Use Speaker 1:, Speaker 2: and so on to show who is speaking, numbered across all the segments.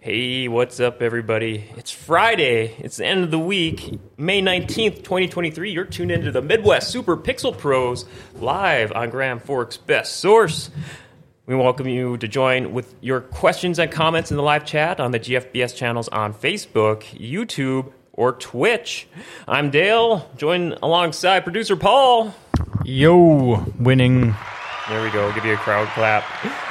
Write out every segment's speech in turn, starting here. Speaker 1: Hey, what's up, everybody? It's Friday. It's the end of the week, May 19th, 2023. You're tuned into the Midwest Super Pixel Pros live on Graham Forks Best Source. We welcome you to join with your questions and comments in the live chat on the GFBS channels on Facebook, YouTube, or Twitch. I'm Dale, joined alongside producer Paul.
Speaker 2: Yo, winning.
Speaker 1: There we go. Give you a crowd clap.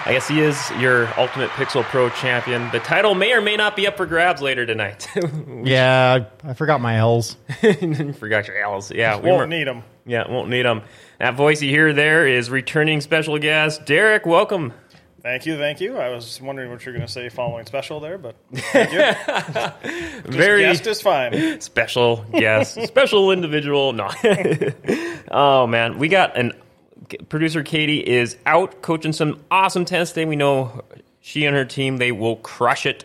Speaker 1: I guess he is your Ultimate Pixel Pro champion. The title may or may not be up for grabs later tonight.
Speaker 2: Yeah, I I forgot my L's.
Speaker 1: Forgot your L's. Yeah, we
Speaker 3: Won't
Speaker 1: were-
Speaker 3: need them.
Speaker 1: Yeah, won't need them. That voice you hear there is returning special guest Derek. Welcome.
Speaker 3: Thank you, thank you. I was wondering what you're going to say following special there, but thank you.
Speaker 1: Very
Speaker 3: guessed is fine.
Speaker 1: special guest, special individual. No. oh man, we got an producer Katie is out coaching some awesome tennis today. We know she and her team they will crush it.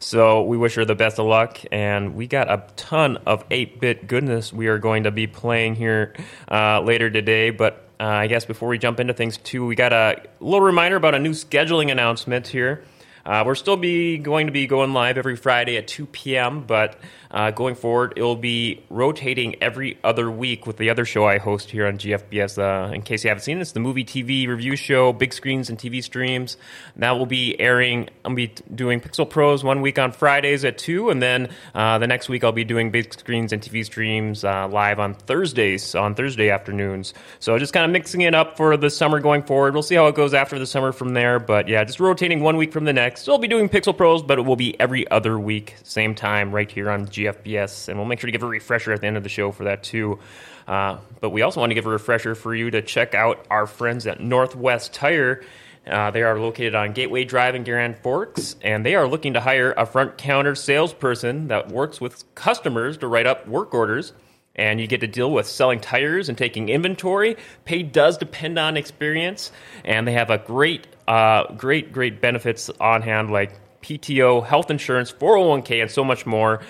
Speaker 1: So we wish her the best of luck. And we got a ton of eight bit goodness we are going to be playing here uh, later today, but. Uh, I guess before we jump into things too, we got a little reminder about a new scheduling announcement here. Uh, we're still be going to be going live every Friday at 2 p.m., but uh, going forward, it'll be rotating every other week with the other show I host here on GFBS. Uh, in case you haven't seen it, it's the movie TV review show, big screens and TV streams. That will be airing. I'll be t- doing Pixel Pros one week on Fridays at 2, and then uh, the next week I'll be doing big screens and TV streams uh, live on Thursdays, on Thursday afternoons. So just kind of mixing it up for the summer going forward. We'll see how it goes after the summer from there. But yeah, just rotating one week from the next. Still be doing Pixel Pros, but it will be every other week, same time, right here on GFBS. And we'll make sure to give a refresher at the end of the show for that too. Uh, but we also want to give a refresher for you to check out our friends at Northwest Tire. Uh, they are located on Gateway Drive in Grand Forks, and they are looking to hire a front counter salesperson that works with customers to write up work orders and you get to deal with selling tires and taking inventory. Pay does depend on experience, and they have a great, uh, great, great benefits on hand like PTO, health insurance, 401k, and so much more.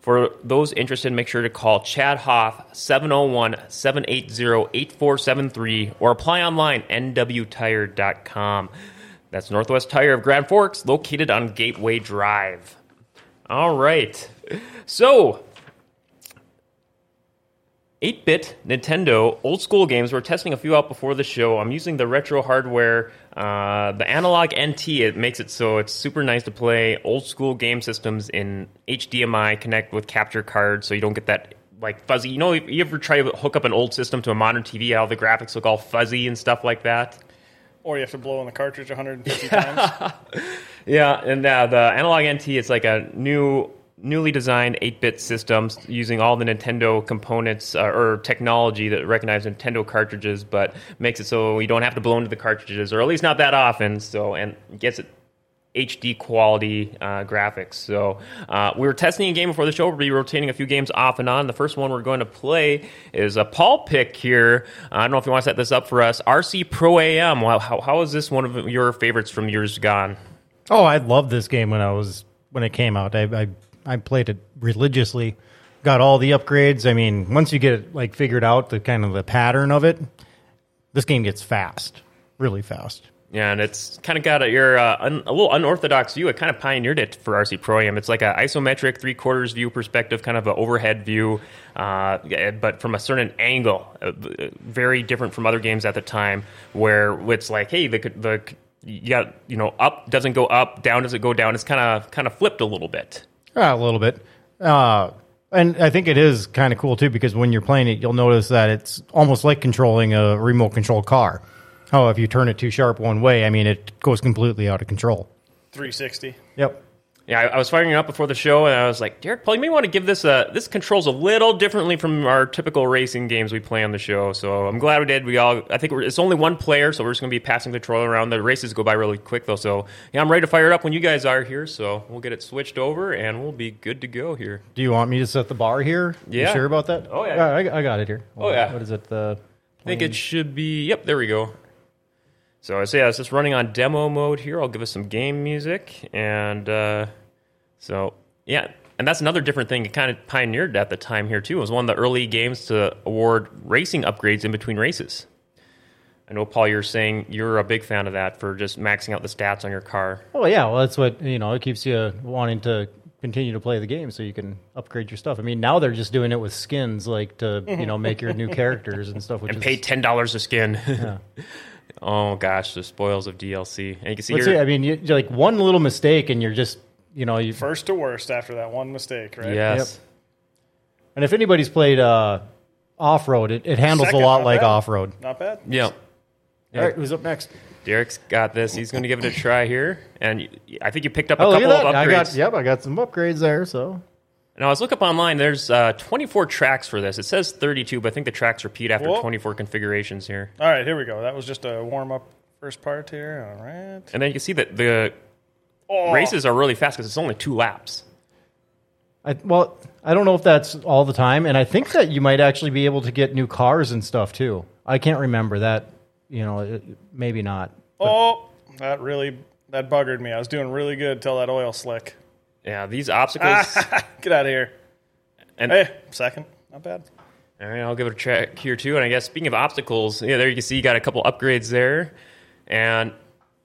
Speaker 1: For those interested, make sure to call Chad Hoff 701 780 8473 or apply online nwtire.com. That's Northwest Tire of Grand Forks, located on Gateway Drive. All right. So, 8 bit Nintendo old school games. We're testing a few out before the show. I'm using the retro hardware, uh, the analog NT. It makes it so it's super nice to play old school game systems in HDMI, connect with capture cards so you don't get that like fuzzy. You know, if you ever try to hook up an old system to a modern TV, how the graphics look all fuzzy and stuff like that?
Speaker 3: Or you have to blow on the cartridge 150 times.
Speaker 1: Yeah, and uh, the analog NT is like a new, newly designed 8-bit systems using all the Nintendo components uh, or technology that recognize Nintendo cartridges, but makes it so you don't have to blow into the cartridges, or at least not that often. So, and gets it HD quality uh, graphics. So uh, we were testing a game before the show. We'll be rotating a few games off and on. The first one we're going to play is a Paul pick here. I don't know if you want to set this up for us. RC Pro AM. Wow, how, how is this one of your favorites from years gone?
Speaker 2: Oh, I loved this game when I was when it came out. I, I I played it religiously. Got all the upgrades. I mean, once you get it like figured out the kind of the pattern of it, this game gets fast, really fast.
Speaker 1: Yeah, and it's kind of got a, your uh, un, a little unorthodox view. It kind of pioneered it for RC Pro Am. It's like an isometric three quarters view perspective, kind of an overhead view, uh, but from a certain angle. Uh, very different from other games at the time, where it's like, hey, the the you got you know up doesn't go up, down doesn't go down. It's kind of kind of flipped a little bit.
Speaker 2: Uh, a little bit. Uh, and I think it is kind of cool too because when you're playing it, you'll notice that it's almost like controlling a remote control car. Oh, if you turn it too sharp one way, I mean, it goes completely out of control.
Speaker 3: 360.
Speaker 2: Yep.
Speaker 1: Yeah, I, I was firing it up before the show, and I was like, Derek, Paul, you may want to give this a. This controls a little differently from our typical racing games we play on the show. So I'm glad we did. We all, I think we're, it's only one player, so we're just going to be passing control around. The races go by really quick, though. So yeah, I'm ready to fire it up when you guys are here. So we'll get it switched over, and we'll be good to go here.
Speaker 2: Do you want me to set the bar here?
Speaker 1: Yeah.
Speaker 2: You sure about that?
Speaker 1: Oh, yeah.
Speaker 2: I, I got it here.
Speaker 1: Oh, yeah.
Speaker 2: What is it? The
Speaker 1: I think it should be. Yep, there we go. So I say I was just running on demo mode here. I'll give us some game music, and uh, so yeah, and that's another different thing. It kind of pioneered at the time here too. It was one of the early games to award racing upgrades in between races. I know, Paul, you're saying you're a big fan of that for just maxing out the stats on your car.
Speaker 2: Oh yeah, well that's what you know. It keeps you wanting to continue to play the game so you can upgrade your stuff. I mean, now they're just doing it with skins, like to you know make your new characters and stuff. Which
Speaker 1: And
Speaker 2: is,
Speaker 1: pay ten dollars a skin. oh gosh, the spoils of DLC. And you can see
Speaker 2: Let's
Speaker 1: here.
Speaker 2: say, I mean, you, you're like one little mistake and you're just you know you.
Speaker 3: First to worst after that one mistake, right?
Speaker 1: yes.
Speaker 2: And if anybody's played uh, off road, it, it handles
Speaker 3: Second,
Speaker 2: a lot
Speaker 3: not
Speaker 2: like
Speaker 3: bad.
Speaker 2: off road.
Speaker 3: Not bad.
Speaker 1: Yeah.
Speaker 2: All right, who's up next?
Speaker 1: Derek's got this. He's going to give it a try here, and you- I think you picked up a
Speaker 2: Oh, look at
Speaker 1: couple of
Speaker 2: that!
Speaker 1: upgrades.
Speaker 2: I got yep, I got some upgrades there. So
Speaker 1: And I was looking up online. There's uh, 24 tracks for this. It says 32, but I think the tracks repeat after
Speaker 3: Whoa.
Speaker 1: 24 configurations here.
Speaker 3: All right, here we go. That was just a warm up first part here. All right.
Speaker 1: And then you can see that the
Speaker 3: Oh,
Speaker 1: races are really fast because it's only two laps.
Speaker 2: I, well, I don't know if that's all the time, and I think that you might actually be able to get new cars and stuff too. I can't remember that. You know, it, maybe not.
Speaker 3: Oh, that really that buggered me. I was doing really good till that oil slick.
Speaker 1: Yeah, these obstacles.
Speaker 2: Ah.
Speaker 3: Get out of here.
Speaker 1: And-
Speaker 3: hey, second, not bad.
Speaker 1: All right, I'll give it a check here too. And I guess speaking of obstacles, yeah, there you can see you got a couple upgrades there, and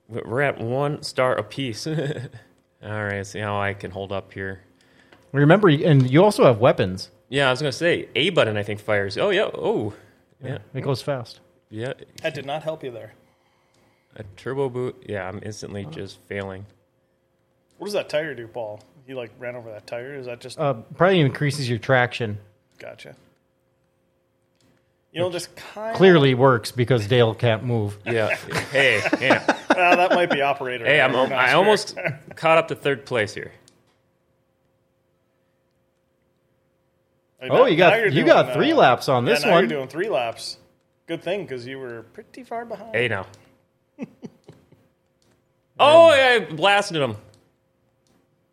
Speaker 1: we're at one star apiece. All right, see how I can hold up here.
Speaker 2: Remember, and you also have weapons.
Speaker 1: Yeah, I was gonna say A button. I think fires. Oh yeah. Oh yeah.
Speaker 2: It goes fast.
Speaker 1: Yeah.
Speaker 3: That did not help you there.
Speaker 1: A turbo boot. Yeah, I'm instantly just failing.
Speaker 3: What does that tire do, Paul? He like ran over that tire. Is that just
Speaker 2: Uh, probably increases your traction.
Speaker 3: gotcha? You know, just kind
Speaker 2: Clearly works because Dale can't move.
Speaker 1: Yeah. hey. Yeah.
Speaker 3: Ah, that might be operator.
Speaker 1: Hey, I'm,
Speaker 3: error. Not
Speaker 1: I
Speaker 3: sure.
Speaker 1: almost caught up to third place here.
Speaker 3: Hey,
Speaker 2: Oh,
Speaker 3: now-
Speaker 2: you
Speaker 3: now
Speaker 2: got
Speaker 3: you're
Speaker 2: you
Speaker 3: doing,
Speaker 2: got three
Speaker 3: uh,
Speaker 2: laps on
Speaker 3: Yeah,
Speaker 2: this
Speaker 3: now
Speaker 2: one.
Speaker 3: you're doing three laps. Good thing because you were pretty far behind.
Speaker 1: Hey now. oh, yeah, I blasted him.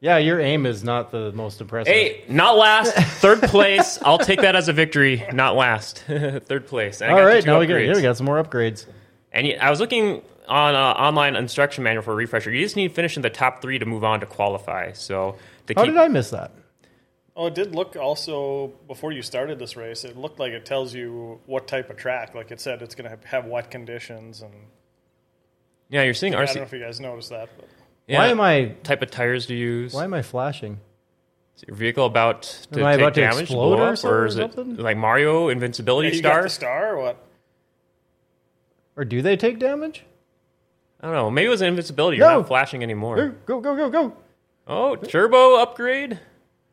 Speaker 2: yeah, your aim is not the most impressive.
Speaker 1: Hey, not last, third place. I'll take that as a victory. Not last, third place. And I
Speaker 2: All
Speaker 1: got the
Speaker 2: right,
Speaker 1: two
Speaker 2: now we got, yeah,
Speaker 1: upgrades.
Speaker 2: we got some more upgrades.
Speaker 1: And yeah, I was looking on an online instruction manual for a refresher. You just need to finish in the top three to move on to qualify. So to
Speaker 2: How
Speaker 1: keep,
Speaker 2: did I miss that?
Speaker 3: Oh, it did look also before you started this race. It looked like it tells you what type of track. Like it said, it's going to have wet conditions, and
Speaker 1: yeah, you're seeing
Speaker 3: I don't know
Speaker 1: RC.
Speaker 3: if you guys noticed that. But
Speaker 1: Yeah,
Speaker 2: Why am I
Speaker 1: Type of tires to use.
Speaker 2: why am I flashing?
Speaker 1: Is your vehicle about to
Speaker 2: Am I
Speaker 1: take
Speaker 2: about to
Speaker 1: damage,
Speaker 2: explode
Speaker 1: blow
Speaker 2: or
Speaker 1: up, or, is it
Speaker 2: something?
Speaker 1: like Mario invincibility
Speaker 3: Hey, you got
Speaker 1: star?
Speaker 3: the star or what?
Speaker 2: Or do they take damage?
Speaker 1: I don't know. Maybe it was invincibility. You're
Speaker 2: No.
Speaker 1: not flashing anymore.
Speaker 2: Go go go go!
Speaker 1: Oh, turbo upgrade.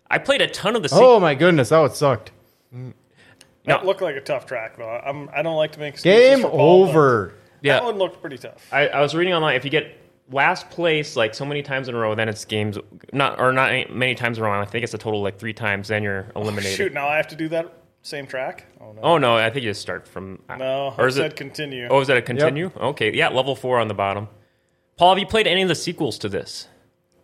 Speaker 1: I played a ton of the. se-
Speaker 2: Oh my goodness, that would sucked.
Speaker 1: No.
Speaker 3: That looked like a tough track, though. I'm, I don't like to make excuses
Speaker 2: Game
Speaker 3: for Paul, but
Speaker 2: over.
Speaker 1: yeah.
Speaker 3: That one looked pretty tough.
Speaker 1: I, I was reading online. If you get last place like so many times in a row, then it's games not or not any- many times in a row. I think it's a total like three times. Then you're eliminated.
Speaker 3: Shoot, now I have to do that same track. Oh no,
Speaker 1: Oh no, I think you just start from. uh,
Speaker 3: no,
Speaker 1: or
Speaker 3: I
Speaker 1: is
Speaker 3: said
Speaker 1: it?
Speaker 3: continue.
Speaker 1: Oh, is that a continue? Okay, yeah, level four on the bottom. Paul, have you played any of the sequels to this?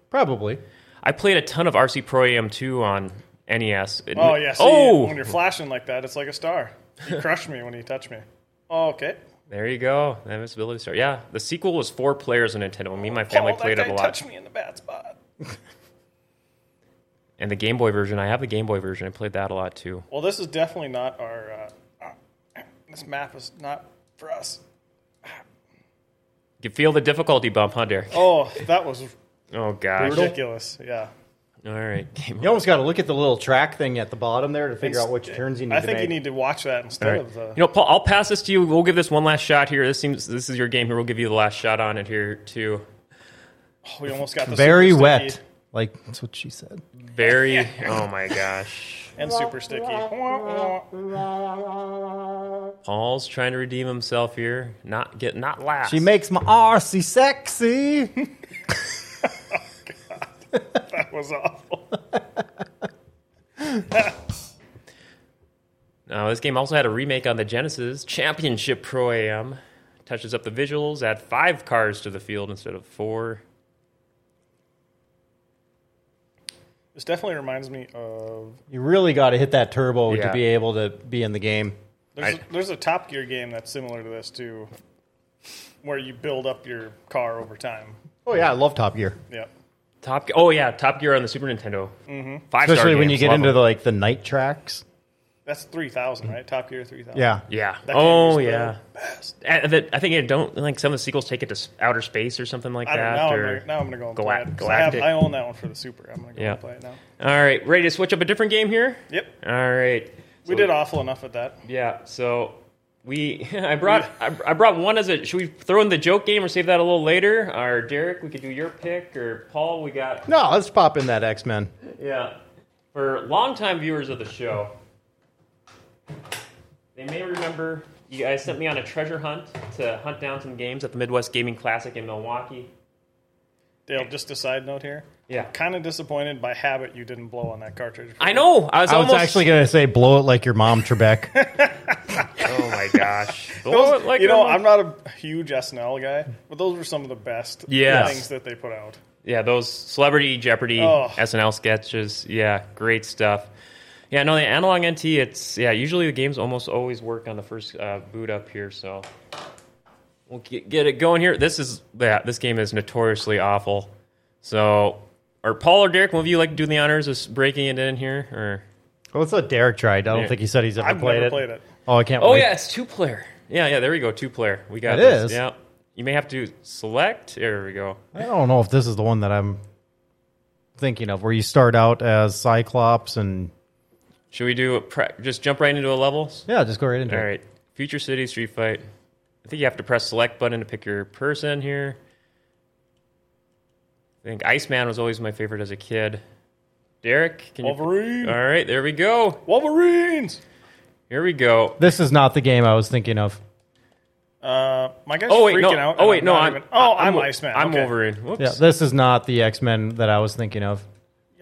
Speaker 2: Probably.
Speaker 1: I played a ton of RC Pro AM two on NES. It-
Speaker 3: Oh yeah. See,
Speaker 1: oh,
Speaker 3: when you're flashing like that, it's like a star. You crushed me when you touched me. Oh, okay.
Speaker 1: there you go. That visibility star. Yeah, the sequel was four players on Nintendo. Me and my family
Speaker 3: Paul,
Speaker 1: played
Speaker 3: Oh,
Speaker 1: it
Speaker 3: that guy
Speaker 1: a lot.
Speaker 3: touched me in the bad spot.
Speaker 1: And the Game Boy version. I have the Game Boy version. I played that a lot too.
Speaker 3: Well, this is definitely not our. Uh, uh, this map is not for us.
Speaker 1: You can feel the difficulty bump, huh, Derek?
Speaker 3: Oh, that was
Speaker 1: Oh gosh.
Speaker 3: ridiculous. Yeah.
Speaker 1: All right. Game
Speaker 2: You almost got to look at the little track thing at the bottom there to figure out which turns you need
Speaker 3: I
Speaker 2: to
Speaker 3: think
Speaker 2: make.
Speaker 3: you need to watch that instead
Speaker 1: All right.
Speaker 3: of the.
Speaker 1: You know, Paul, I'll pass this to you. We'll give this one last shot here. This seems this is your game here. We'll give you the last shot on it here too.
Speaker 3: We almost got the
Speaker 2: Very
Speaker 3: super
Speaker 2: wet.
Speaker 3: sticky
Speaker 2: Like that's what she said.
Speaker 1: Very. Oh my gosh.
Speaker 3: and super sticky.
Speaker 1: Paul's trying to redeem himself here. Not get not last.
Speaker 2: She makes my RC sexy.
Speaker 3: that was awful.
Speaker 1: Now, Uh, this game also had a remake on the Genesis Championship Pro Am. Touches up the visuals. Add five cars to the field instead of four.
Speaker 3: This definitely reminds me of
Speaker 2: You really got to hit that turbo
Speaker 1: Yeah.
Speaker 2: to be able to be in the game.
Speaker 3: There's,
Speaker 1: I-
Speaker 3: a, there's a Top Gear game that's similar to this too, where you build up your car over time.
Speaker 2: Oh yeah, I love Top Gear,
Speaker 3: Yep.
Speaker 1: Top. Ge- Oh yeah, Top Gear on the Super Nintendo. Mm-hmm. Five.
Speaker 2: especially when you get into the like the night tracks.
Speaker 3: That's three thousand, right? Top Gear three thousand.
Speaker 2: Yeah.
Speaker 1: Yeah.
Speaker 3: That game
Speaker 1: oh
Speaker 3: was the
Speaker 1: yeah.
Speaker 3: best.
Speaker 1: And that- I think it don't like some of the sequels take it to s- outer space or something like
Speaker 3: I
Speaker 1: that.
Speaker 3: don't know.
Speaker 1: or-
Speaker 3: Now I'm gonna go and
Speaker 1: Galac-
Speaker 3: play it. 'Cause I, have-
Speaker 1: Galactic.
Speaker 3: I own that one for the Super. I'm gonna go
Speaker 1: Yeah.
Speaker 3: and play it now.
Speaker 1: All right, ready to switch up a different game here?
Speaker 3: Yep.
Speaker 1: All right.
Speaker 3: We
Speaker 1: So-
Speaker 3: did awful enough at that.
Speaker 1: Yeah. So we, I brought, I, I brought one as a. Should we throw in the joke game or save that a little later? Or Derek, we could do your pick. Or Paul, we got.
Speaker 2: No, let's pop in that X Men.
Speaker 1: Yeah. For longtime viewers of the show, they may remember you guys sent me on a treasure hunt to hunt down some games at the Midwest Gaming Classic in Milwaukee.
Speaker 3: Dale, just a side note here.
Speaker 1: Yeah.
Speaker 3: Kind of disappointed by habit you didn't blow on that cartridge.
Speaker 1: I know. I was
Speaker 2: I was
Speaker 1: almost
Speaker 2: actually going to say, blow it like your mom, Trebek.
Speaker 1: Oh my gosh.
Speaker 3: Those-
Speaker 1: Like,
Speaker 3: you know,
Speaker 1: almost-
Speaker 3: I'm not a huge SNL guy, but those were some of the best
Speaker 1: Yes.
Speaker 3: things that they put out.
Speaker 1: Yeah, those celebrity Jeopardy
Speaker 3: Oh.
Speaker 1: SNL sketches. Yeah, great stuff. Yeah, no, the analog NT. It's yeah. Usually the games almost always work on the first uh, boot up here, so we'll get, get it going here. This is yeah. This game is notoriously awful. So, or Paul or Derek, one of you like to do the honors of breaking it in here? Or
Speaker 2: Well, let's let Derek try it. I don't
Speaker 1: Yeah.
Speaker 2: think he said he's ever
Speaker 3: I've
Speaker 2: played
Speaker 3: never
Speaker 2: it.
Speaker 3: played it.
Speaker 2: Oh, I can't
Speaker 1: oh
Speaker 2: wait.
Speaker 1: yeah, it's two player. Yeah, yeah. There we go, two player. We got
Speaker 2: It
Speaker 1: this.
Speaker 2: is.
Speaker 1: Yeah, you may have to select. There we go.
Speaker 2: I don't know if this is the one that I'm thinking of, where you start out as Cyclops and.
Speaker 1: Should we do a pre- just jump right into a level?
Speaker 2: Yeah, just go right into
Speaker 1: All
Speaker 2: it.
Speaker 1: right. Future City Street Fight. I think you have to press select button to pick your person here. I think Iceman was always my favorite as a kid. Derek, can
Speaker 3: Wolverine.
Speaker 1: you All right, there we go.
Speaker 3: Wolverines.
Speaker 1: Here we go.
Speaker 2: This is not the game I was thinking of.
Speaker 3: Uh, my guy's
Speaker 1: Oh wait,
Speaker 3: freaking
Speaker 1: no.
Speaker 3: out.
Speaker 1: oh
Speaker 3: and
Speaker 1: wait, no.
Speaker 3: not
Speaker 1: I'm,
Speaker 3: even- oh,
Speaker 1: I'm
Speaker 3: I'm,
Speaker 1: o-
Speaker 3: Iceman.
Speaker 1: I'm
Speaker 3: okay.
Speaker 1: Wolverine. Whoops.
Speaker 2: Yeah, this is not the X Men that I was thinking of.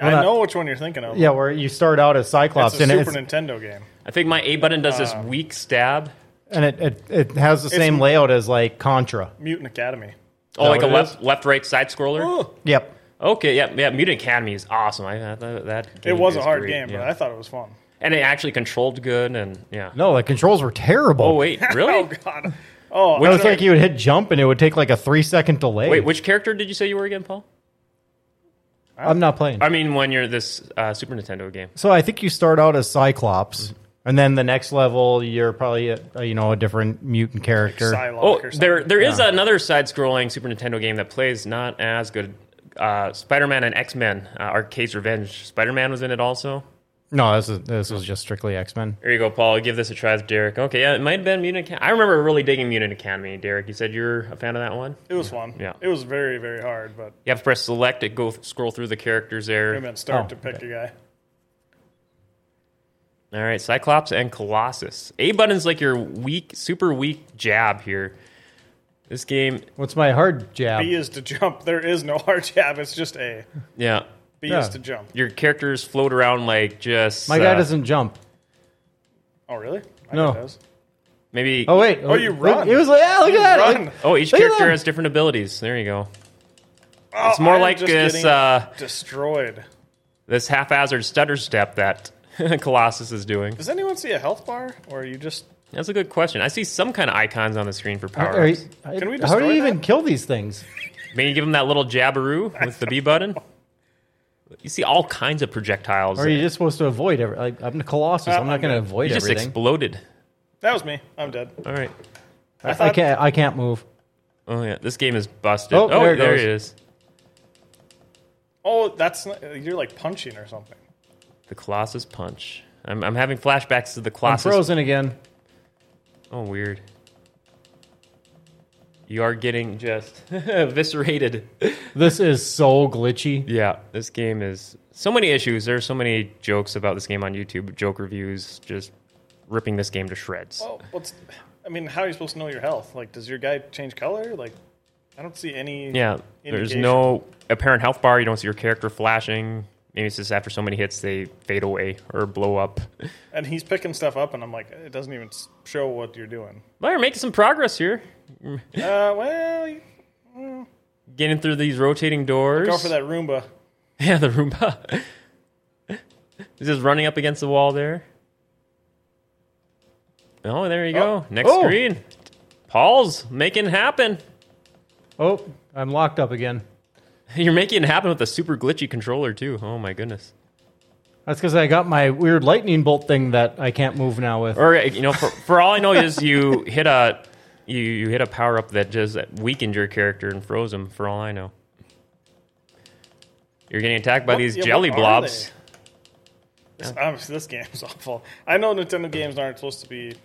Speaker 3: I
Speaker 2: not-
Speaker 3: know which one you're thinking of.
Speaker 2: Yeah, where you start out as Cyclops
Speaker 3: it's
Speaker 2: and,
Speaker 3: a Super
Speaker 2: it's,
Speaker 3: Nintendo game.
Speaker 1: I think my A button does
Speaker 3: Uh,
Speaker 1: this weak stab.
Speaker 2: and it, it, it has the same layout as like Contra.
Speaker 3: Mutant Academy.
Speaker 1: Oh, like a
Speaker 2: what it
Speaker 1: left, left, right side scroller.
Speaker 2: Yep.
Speaker 1: Okay, yeah, yeah. Mutant Academy is awesome. I, I thought that
Speaker 3: It
Speaker 1: game
Speaker 3: was a
Speaker 1: is
Speaker 3: hard
Speaker 1: great,
Speaker 3: game,
Speaker 1: yeah.
Speaker 3: but I thought it was fun.
Speaker 1: and it actually controlled good, and yeah.
Speaker 2: No, the controls were terrible.
Speaker 1: Oh wait, really?
Speaker 3: Oh God. Oh,
Speaker 2: It
Speaker 3: I
Speaker 2: was
Speaker 3: don't-
Speaker 2: like you would hit jump and it would take like a three second delay.
Speaker 1: Wait, which character did you say you were again, Paul?
Speaker 2: I'm not playing.
Speaker 1: I mean, when you're this uh, Super Nintendo game.
Speaker 2: so I think you start out as Cyclops, and then the next level you're probably a, a, you know a different mutant character.
Speaker 3: Psylocke
Speaker 1: Oh,
Speaker 3: or something.
Speaker 1: there there is another side-scrolling Super Nintendo game that plays not as good. Uh, Spider-Man and X-Men: uh, Arcade's Revenge. Spider-Man was in it also.
Speaker 2: no, this is this was just strictly X Men.
Speaker 1: There you go, Paul. Give this a try, with Derek. Okay, yeah, it might have been Mutant. Acad- I remember really digging Mutant Academy. Derek, you said you're a fan of that one.
Speaker 3: It was fun.
Speaker 1: Yeah.
Speaker 3: It was very very hard, but
Speaker 1: You have to press select to go scroll through the characters
Speaker 3: I
Speaker 1: there.
Speaker 3: meant start
Speaker 2: Oh,
Speaker 3: to pick a guy.
Speaker 1: All right, Cyclops and Colossus. A button's like your weak, super weak jab here. This game,
Speaker 2: What's my hard jab?
Speaker 3: B is to jump. There is no hard jab. It's just A.
Speaker 1: yeah.
Speaker 3: B
Speaker 2: Yeah.
Speaker 3: is to jump.
Speaker 1: your characters float around like just
Speaker 2: my guy
Speaker 1: uh,
Speaker 2: doesn't jump.
Speaker 3: Oh really? I
Speaker 2: No.
Speaker 3: think it does.
Speaker 1: maybe
Speaker 2: Oh
Speaker 1: oh,
Speaker 2: wait.
Speaker 3: Oh, you
Speaker 2: Look,
Speaker 3: run.
Speaker 2: It was like yeah, look
Speaker 3: You
Speaker 2: at that.
Speaker 3: run.
Speaker 2: Look-
Speaker 1: each
Speaker 2: Look at
Speaker 1: character
Speaker 2: that.
Speaker 1: has different abilities there you go
Speaker 3: Oh,
Speaker 1: it's more
Speaker 3: I'm
Speaker 1: like
Speaker 3: just
Speaker 1: this
Speaker 3: getting
Speaker 1: uh,
Speaker 3: destroyed.
Speaker 1: this haphazard stutter step that colossus is doing
Speaker 3: Does anyone see a health bar, or are you just?
Speaker 1: that's a good question i see some kind of icons on the screen for
Speaker 2: Are- are
Speaker 1: power
Speaker 2: you-
Speaker 1: ups
Speaker 3: Can
Speaker 2: how
Speaker 3: we
Speaker 2: do you
Speaker 3: destroy
Speaker 2: even kill these things?
Speaker 1: maybe give him that little jabberoo with the b button you see all kinds of projectiles
Speaker 2: Or are you just supposed to avoid every? Like, I'm the Colossus. I'm not
Speaker 3: I'm
Speaker 2: going to
Speaker 3: good.
Speaker 2: avoid
Speaker 1: You just
Speaker 2: everything.
Speaker 1: exploded
Speaker 3: That was me. I'm dead.
Speaker 1: all right
Speaker 2: I,
Speaker 3: thought-
Speaker 2: can't. I can't move.
Speaker 1: oh yeah this game is busted
Speaker 2: Oh,
Speaker 1: oh,
Speaker 2: there
Speaker 1: there,
Speaker 2: it
Speaker 1: it is
Speaker 3: Oh, that's not, you're like punching or something.
Speaker 1: the colossus punch I'm, I'm having flashbacks to the
Speaker 2: I'm
Speaker 1: colossus
Speaker 2: frozen again.
Speaker 1: Oh, weird. You are getting just eviscerated.
Speaker 2: This is so glitchy.
Speaker 1: Yeah, this game is so many issues. There are so many jokes about this game on YouTube, joke reviews, just ripping this game to shreds.
Speaker 3: Well, Oh, what's? I mean, how are you supposed to know your health? Like, does your guy change color? Like, I don't see any.
Speaker 1: Yeah, there's no apparent health bar. You don't see your character flashing. Maybe it's just after so many hits, they fade away or blow up.
Speaker 3: And he's picking stuff up, and I'm like, it doesn't even s- show what you're doing.
Speaker 1: But you're making some progress here.
Speaker 3: Uh, well, you
Speaker 1: Getting through these rotating doors.
Speaker 3: go for that Roomba.
Speaker 1: Yeah, the Roomba. He's just running up against the wall there. Oh, there you go.
Speaker 3: Oh.
Speaker 1: Next
Speaker 2: Oh.
Speaker 1: screen. Paul's making it happen.
Speaker 2: Oh, I'm locked up again.
Speaker 1: You're making it happen with a super glitchy controller, too. Oh, my goodness.
Speaker 2: That's because I got my weird lightning bolt thing that I can't move now with.
Speaker 1: Or uh, you know, for, for all I know, is you hit a you, you hit a power up that just weakened your character and froze him. For all I know, you're getting attacked by
Speaker 3: What-
Speaker 1: these
Speaker 3: yeah,
Speaker 1: jelly
Speaker 3: what are
Speaker 1: blobs.
Speaker 3: they? This, obviously, this game's awful. I know Nintendo games aren't supposed to be,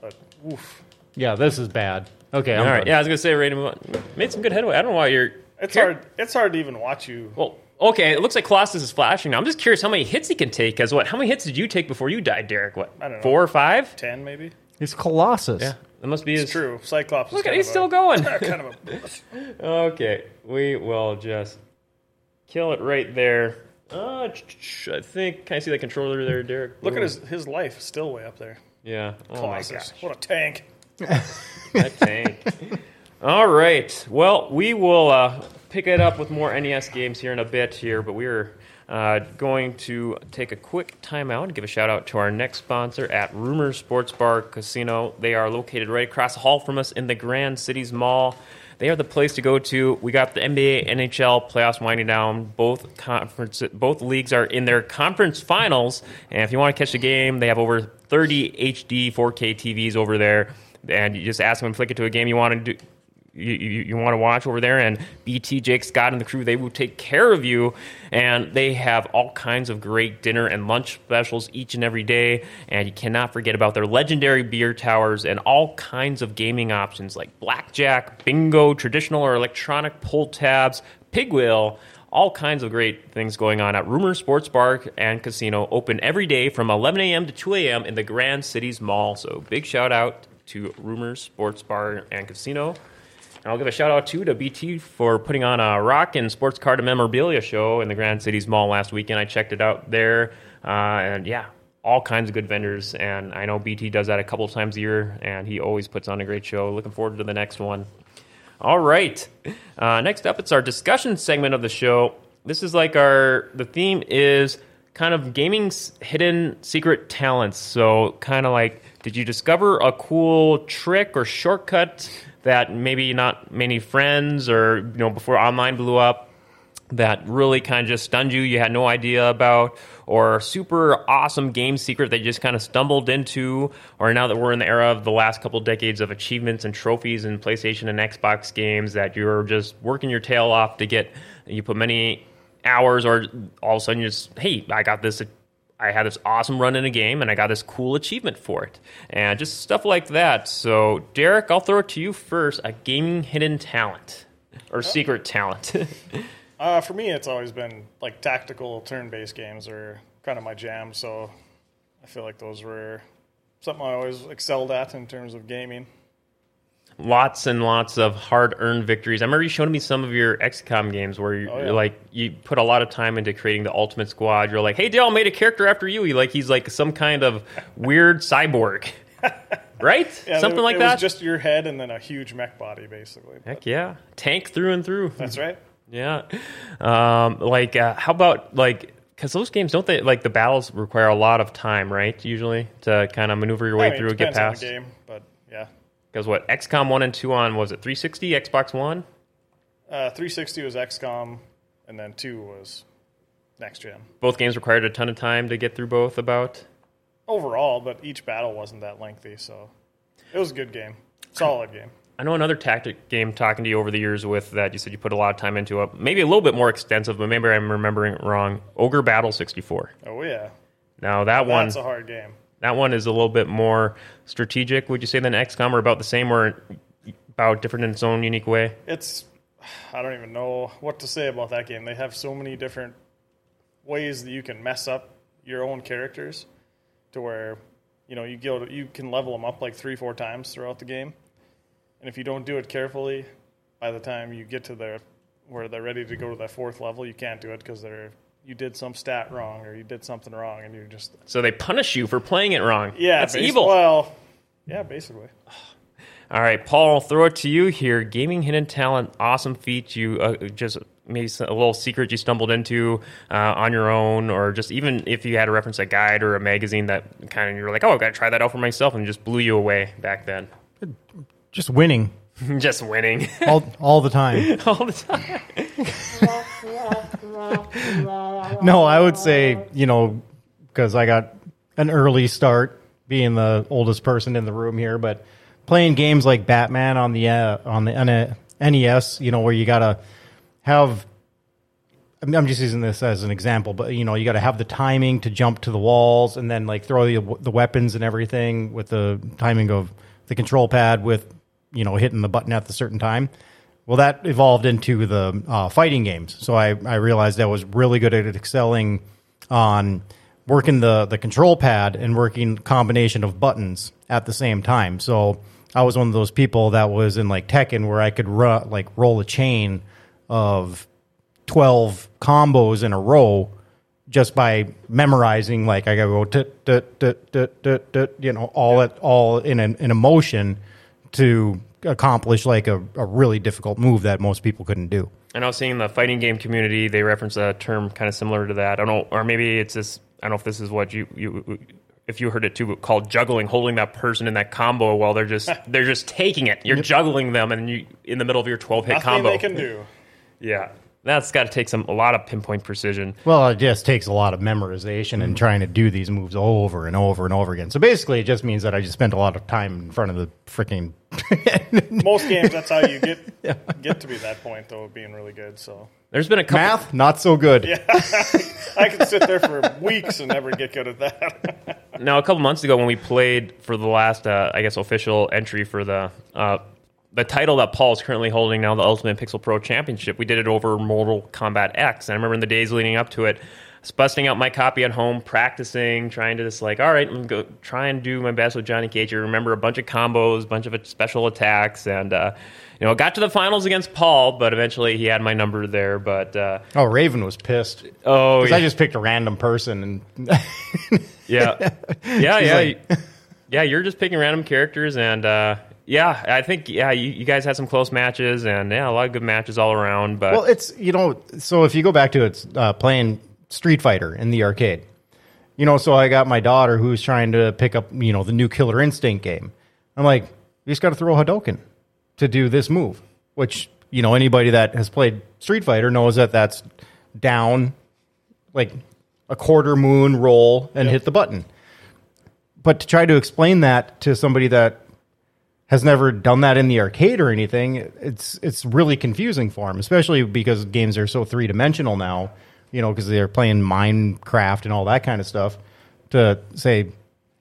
Speaker 3: but oof.
Speaker 2: Yeah, this is bad. Okay,
Speaker 1: All
Speaker 2: I'm
Speaker 1: right,
Speaker 2: done.
Speaker 1: yeah, I was gonna say, Raiden move on. made some good headway. I don't know why you're.
Speaker 3: It's
Speaker 1: Here-
Speaker 3: hard. It's hard to even watch you.
Speaker 1: Well, okay, it looks like Colossus is flashing now. I'm just curious how many hits he can take. As what? How many hits did you take before you died, Derek? What?
Speaker 3: I don't know.
Speaker 1: Four or five?
Speaker 3: Ten maybe.
Speaker 2: It's Colossus.
Speaker 1: Yeah, that must be his.
Speaker 3: It's true. Cyclops. is
Speaker 1: Look at
Speaker 3: kind
Speaker 1: he's
Speaker 3: of
Speaker 1: still
Speaker 3: a-
Speaker 1: going.
Speaker 3: kind of a
Speaker 1: Okay, we will just kill it right there. Uh, ch- ch- I think. Can I see that controller there, Derek?
Speaker 3: look at
Speaker 1: Ooh,
Speaker 3: his his life still way up there.
Speaker 1: Yeah. Oh my
Speaker 3: Colossus. What a tank.
Speaker 1: gosh, that tank. All right. Well, we will uh, pick it up with more NES games here in a bit here, but we are uh, going to take a quick timeout and give a shout out to our next sponsor at Rumor Sports Bar Casino. They are located right across the hall from us in the Grand Cities Mall. They are the place to go to. We got the NBA, NHL playoffs winding down. Both conference, both leagues are in their conference finals. And if you want to catch the game, they have over 30 HD 4K TVs over there. And you just ask them to flick it to a game you want to do. You, you, you want to watch over there, and BT, Jake, Scott, and the crew, they will take care of you. And they have all kinds of great dinner and lunch specials each and every day. And you cannot forget about their legendary beer towers and all kinds of gaming options like blackjack, bingo, traditional or electronic pull tabs, pig wheel, all kinds of great things going on at Rumor Sports Bar and Casino, open every day from 11 a.m. to 2 a.m. in the Grand Cities Mall. So big shout out to Rumor Sports Bar and Casino. And I'll give a shout out too to BT for putting on a rock and sports card and memorabilia show in the Grand Cities Mall last weekend. I checked it out there, uh, and yeah, all kinds of good vendors. And I know BT does that a couple times a year, and he always puts on a great show. Looking forward to the next one. All right. Uh, next up, it's our discussion segment of the show. This is like our the theme is kind of gaming's hidden secret talents. So kind of like, did you discover a cool trick or shortcut that maybe not many friends or you know before online blew up? that really kind of just stunned you, you had no idea about, or super awesome game secret that you just kind of stumbled into, or now that we're in the era of the last couple decades of achievements and trophies in PlayStation and Xbox games that you're just working your tail off to get, you put many hours, or all of a sudden you just, hey, I got this I had this awesome run in a game and I got this cool achievement for it. And just stuff like that. So, Derek, I'll throw it to you first a gaming hidden talent or secret talent.
Speaker 3: Uh, for me, it's always been like tactical turn-based games are kind of my jam. So I feel like those were something I always excelled at in terms of gaming.
Speaker 1: lots and lots of hard-earned victories. I remember you showed me some of your XCOM games where you,
Speaker 3: Oh, yeah.
Speaker 1: you're like you put a lot of time into creating the Ultimate Squad. You're like, "Hey, Dale, I made a character after you." He like he's like some kind of weird cyborg, right?
Speaker 3: Yeah,
Speaker 1: Something
Speaker 3: it,
Speaker 1: like
Speaker 3: it
Speaker 1: that.
Speaker 3: was just your head and then a huge mech body, basically.
Speaker 1: Heck yeah, tank through and through.
Speaker 3: That's right.
Speaker 1: Yeah, um, like uh, how about like because those games don't they like the battles require a lot of time, right? Usually to kind of maneuver your way
Speaker 3: I mean,
Speaker 1: through,
Speaker 3: it
Speaker 1: get
Speaker 3: depends
Speaker 1: past.
Speaker 3: on the game, but yeah.
Speaker 1: Because what XCOM one and two on what was it 360, Xbox One?
Speaker 3: Uh, 360 was XCOM, and then two was next gen
Speaker 1: both games required a ton of time to get through both about
Speaker 3: overall. But each battle wasn't that lengthy, so it was a good game, solid game.
Speaker 1: i know another tactic game talking to you over the years with that you said you put a lot of time into it maybe a little bit more extensive but maybe i'm remembering it wrong ogre battle 64
Speaker 3: Oh yeah,
Speaker 1: now that one
Speaker 3: that's a hard game.
Speaker 1: that one is a little bit more strategic would you say than xcom or about the same or about different in its own unique way
Speaker 3: It's I don't even know what to say about that game. They have so many different ways that you can mess up your own characters to where you know you go to, you can level them up like three four times throughout the game, and if you don't do it carefully, by the time you get to their where they're ready to go to that fourth level, you can't do it because they're you did some stat wrong or you did something wrong and you're just
Speaker 1: so they punish you for playing it wrong
Speaker 3: yeah
Speaker 1: that's
Speaker 3: basi-
Speaker 1: evil
Speaker 3: Well, yeah, basically.
Speaker 1: All right, Paul, I'll throw it to you here. Gaming hidden talent, awesome feat. You uh, just maybe s- a little secret you stumbled into uh, on your own, or just even if you had a reference, a guide or a magazine that kind of you're like, oh, I got to try that out for myself, and just blew you away back then.
Speaker 2: Just winning
Speaker 1: just winning
Speaker 2: all, all the time.
Speaker 1: all the time.
Speaker 2: No, I would say, you know, because I got an early start being the oldest person in the room here. But playing games like Batman on the uh, on the N- NES, you know, where you gotta have I mean, I'm just using this as an example, but you know, you got to have the timing to jump to the walls and then like throw the the weapons and everything with the timing of the control pad with you know hitting the button at the certain time. Well, that evolved into the uh, fighting games. So I I realized I was really good at excelling on working the the control pad and working combination of buttons at the same time. So I was one of those people that was in like Tekken where I could ru- like roll a chain of 12 combos in a row just by memorizing like i gotta go tut, tut, tut, tut, tut, tut, you know all at all in an in a motion to accomplish like a, a really difficult move that most people couldn't do
Speaker 1: And I was seeing in the fighting game community, they reference a term kind of similar to that. I don't, or maybe it's this. I don't know if this is what you you if you heard it too, but called juggling, holding that person in that combo while they're just they're just taking it. You're juggling them, and you in the middle of your twelve hit
Speaker 3: Nothing
Speaker 1: combo.
Speaker 3: they can do.
Speaker 1: Yeah, that's got to take some a lot of pinpoint precision.
Speaker 2: well it just takes a lot of memorization and trying to do these moves over and over and over again so basically it just means that i just spent a lot of time in front of the freaking
Speaker 3: Most games, that's how you get get to be that point, though, of being really good. So
Speaker 1: There's been a couple.
Speaker 2: math not so good
Speaker 3: I could sit there for weeks and never get good at that.
Speaker 1: Now, a couple months ago, when we played for the last, uh, I guess, official entry for the uh, the title that Paul is currently holding now, the Ultimate Pixel Pro Championship, we did it over Mortal Kombat X. And I remember in the days leading up to it, I was busting out my copy at home, practicing, trying to just like, all right, I'm gonna go try and do my best with Johnny Cage. I remember a bunch of combos, bunch of special attacks, and uh, you know, got to the finals against Paul, but eventually he had my number there. But uh,
Speaker 2: oh raven was pissed
Speaker 1: oh,
Speaker 2: 'Cause
Speaker 1: yeah.
Speaker 2: i just picked a random person and
Speaker 1: yeah, yeah, yeah,
Speaker 2: like-
Speaker 1: yeah. You're just picking random characters, and uh, yeah, I think yeah, you, you guys had some close matches, and yeah, a lot of good matches all around. But
Speaker 2: Well, it's you know, so if you go back to it's uh, playing Street Fighter in the arcade, you know, so I got my daughter who's trying to pick up you know the new Killer Instinct game. I'm like, you just got to throw Hadouken to do this move, which you know anybody that has played Street Fighter knows that that's down like a quarter moon roll and hit the button. But to try to explain that to somebody that has never done that in the arcade or anything, it's it's really confusing for them, especially because games are so three dimensional now. You know, because they're playing Minecraft and all that kind of stuff. To say,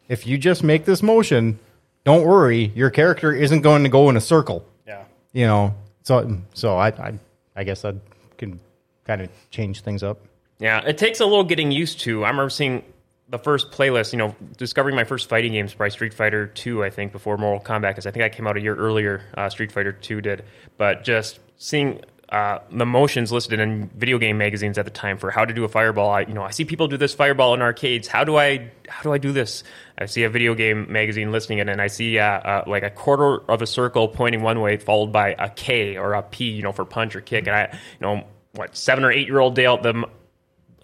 Speaker 2: if you just make this motion, don't worry, your character isn't going to go in a circle.
Speaker 3: Yeah,
Speaker 2: You know, so so I I, I guess I can kind of change things up.
Speaker 1: yeah, it takes a little getting used to. I remember seeing the first playlist, you know, discovering my first fighting games by Street Fighter Two, I think, before Mortal Kombat, because I think I came out a year earlier. Uh, Street Fighter Two did, but just seeing. Uh, the motions listed in video game magazines at the time for how to do a fireball. I, you know, I see people do this fireball in arcades. How do I how do I do this? I see a video game magazine listing it, and I see uh, uh, like a quarter of a circle pointing one way, followed by a K or a P, you know, for punch or kick. And I, you know, what seven or eight year old Dale, the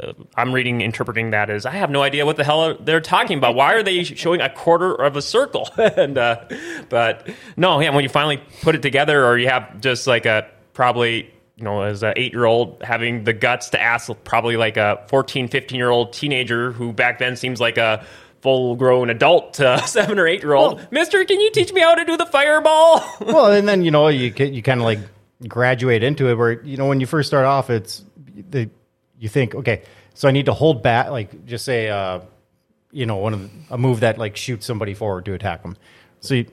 Speaker 1: uh, I'm reading, interpreting that as I have no idea what the hell they're talking about. Why are they showing a quarter of a circle? and uh, but no, yeah, when you finally put it together, or you have just like a probably you know as an eight year old having the guts to ask probably like a 14, 15 year old teenager who back then seems like a full grown adult, uh, seven or eight year old, Mister, can you teach me how to do the fireball?
Speaker 2: well, and then you know you ca- you kind of like graduate into it where you know when you first start off, it's the you think okay, so I need to hold back, like just say, uh, you know, one of the, a move that like shoots somebody forward to attack them. So you,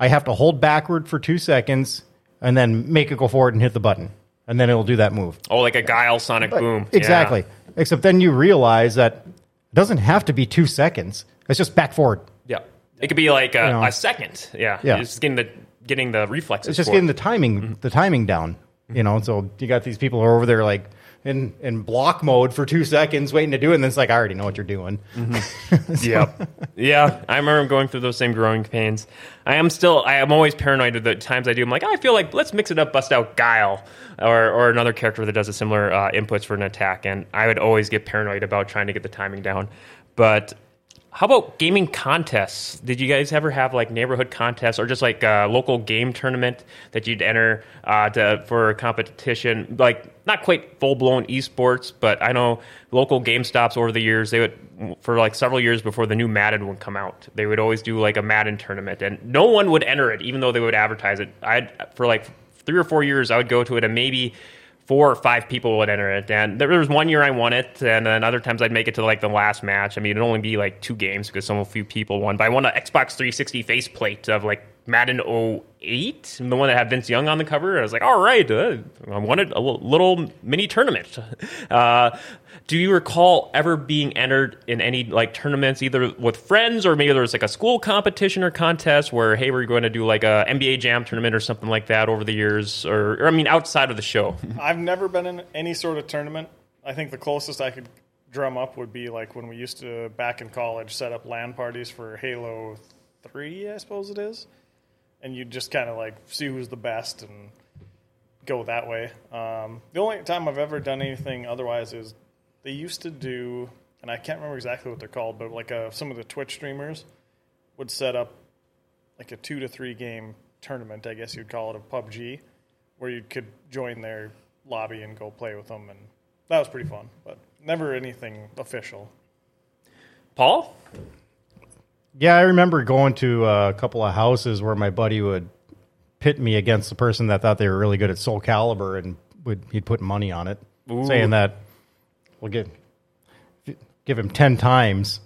Speaker 2: I have to hold backward for two seconds and then make it go forward and hit the button, and then it'll do that move.
Speaker 1: oh, like a guile sonic boom. Yeah.
Speaker 2: Exactly. Except then you realize that it doesn't have to be two seconds. It's just back forward.
Speaker 1: Yeah. It could be like a,
Speaker 2: know.
Speaker 1: a second. Yeah.
Speaker 2: Yeah.
Speaker 1: Just getting the getting the reflexes.
Speaker 2: it's just
Speaker 1: for
Speaker 2: getting
Speaker 1: it.
Speaker 2: the timing the timing down you know so you got these people who are over there like in in block mode for two seconds waiting to do it and then it's like i already know what you're doing
Speaker 1: Yep. yeah. I remember going through those same growing pains. I am still, I am always paranoid of the times I do. I'm like, I feel like let's mix it up, bust out Guile or, or another character that does a similar uh, inputs for an attack. And I would always get paranoid about trying to get the timing down. But How about gaming contests? Did you guys ever have like neighborhood contests or just like a local game tournament that you'd enter uh, to, for a competition? Like not quite full blown esports, but I know local Game Stops over the years they would for like several years before the new Madden would come out, they would always do like a Madden tournament, and no one would enter it, even though they would advertise it. I for like three or four years I would go to it and maybe four or five people would enter it. And there was one year I won it, and then other times I'd make it to like the last match. I mean, it'd only be like two games because some few people won. But I won an Xbox 360 faceplate of like Madden 08, the one that had Vince Young on the cover. I was like, all right, uh, I wanted a l- little mini tournament. Uh, do you recall ever being entered in any like tournaments, either with friends or maybe there was like a school competition or contest where, hey, we're going to do like a NBA Jam tournament or something like that over the years, or, or I mean, outside of the show?
Speaker 3: I've never been in any sort of tournament. I think the closest I could drum up would be like when we used to back in college set up LAN parties for Halo Three, I suppose it is, and you just kind of like see who's the best and go that way. Um, the only time I've ever done anything otherwise is they used to do, and I can't remember exactly what they're called, but like uh, some of the Twitch streamers would set up like a two to three game tournament, I guess you'd call it, of PUBG, where you could join their lobby and go play with them, and that was pretty fun. But never anything official.
Speaker 1: Paul?
Speaker 2: Yeah, I remember going to uh, a couple of houses where my buddy would pit me against the person that thought they were really good at Soul Calibur, and would he'd put money on it, saying that we'll give give him ten times,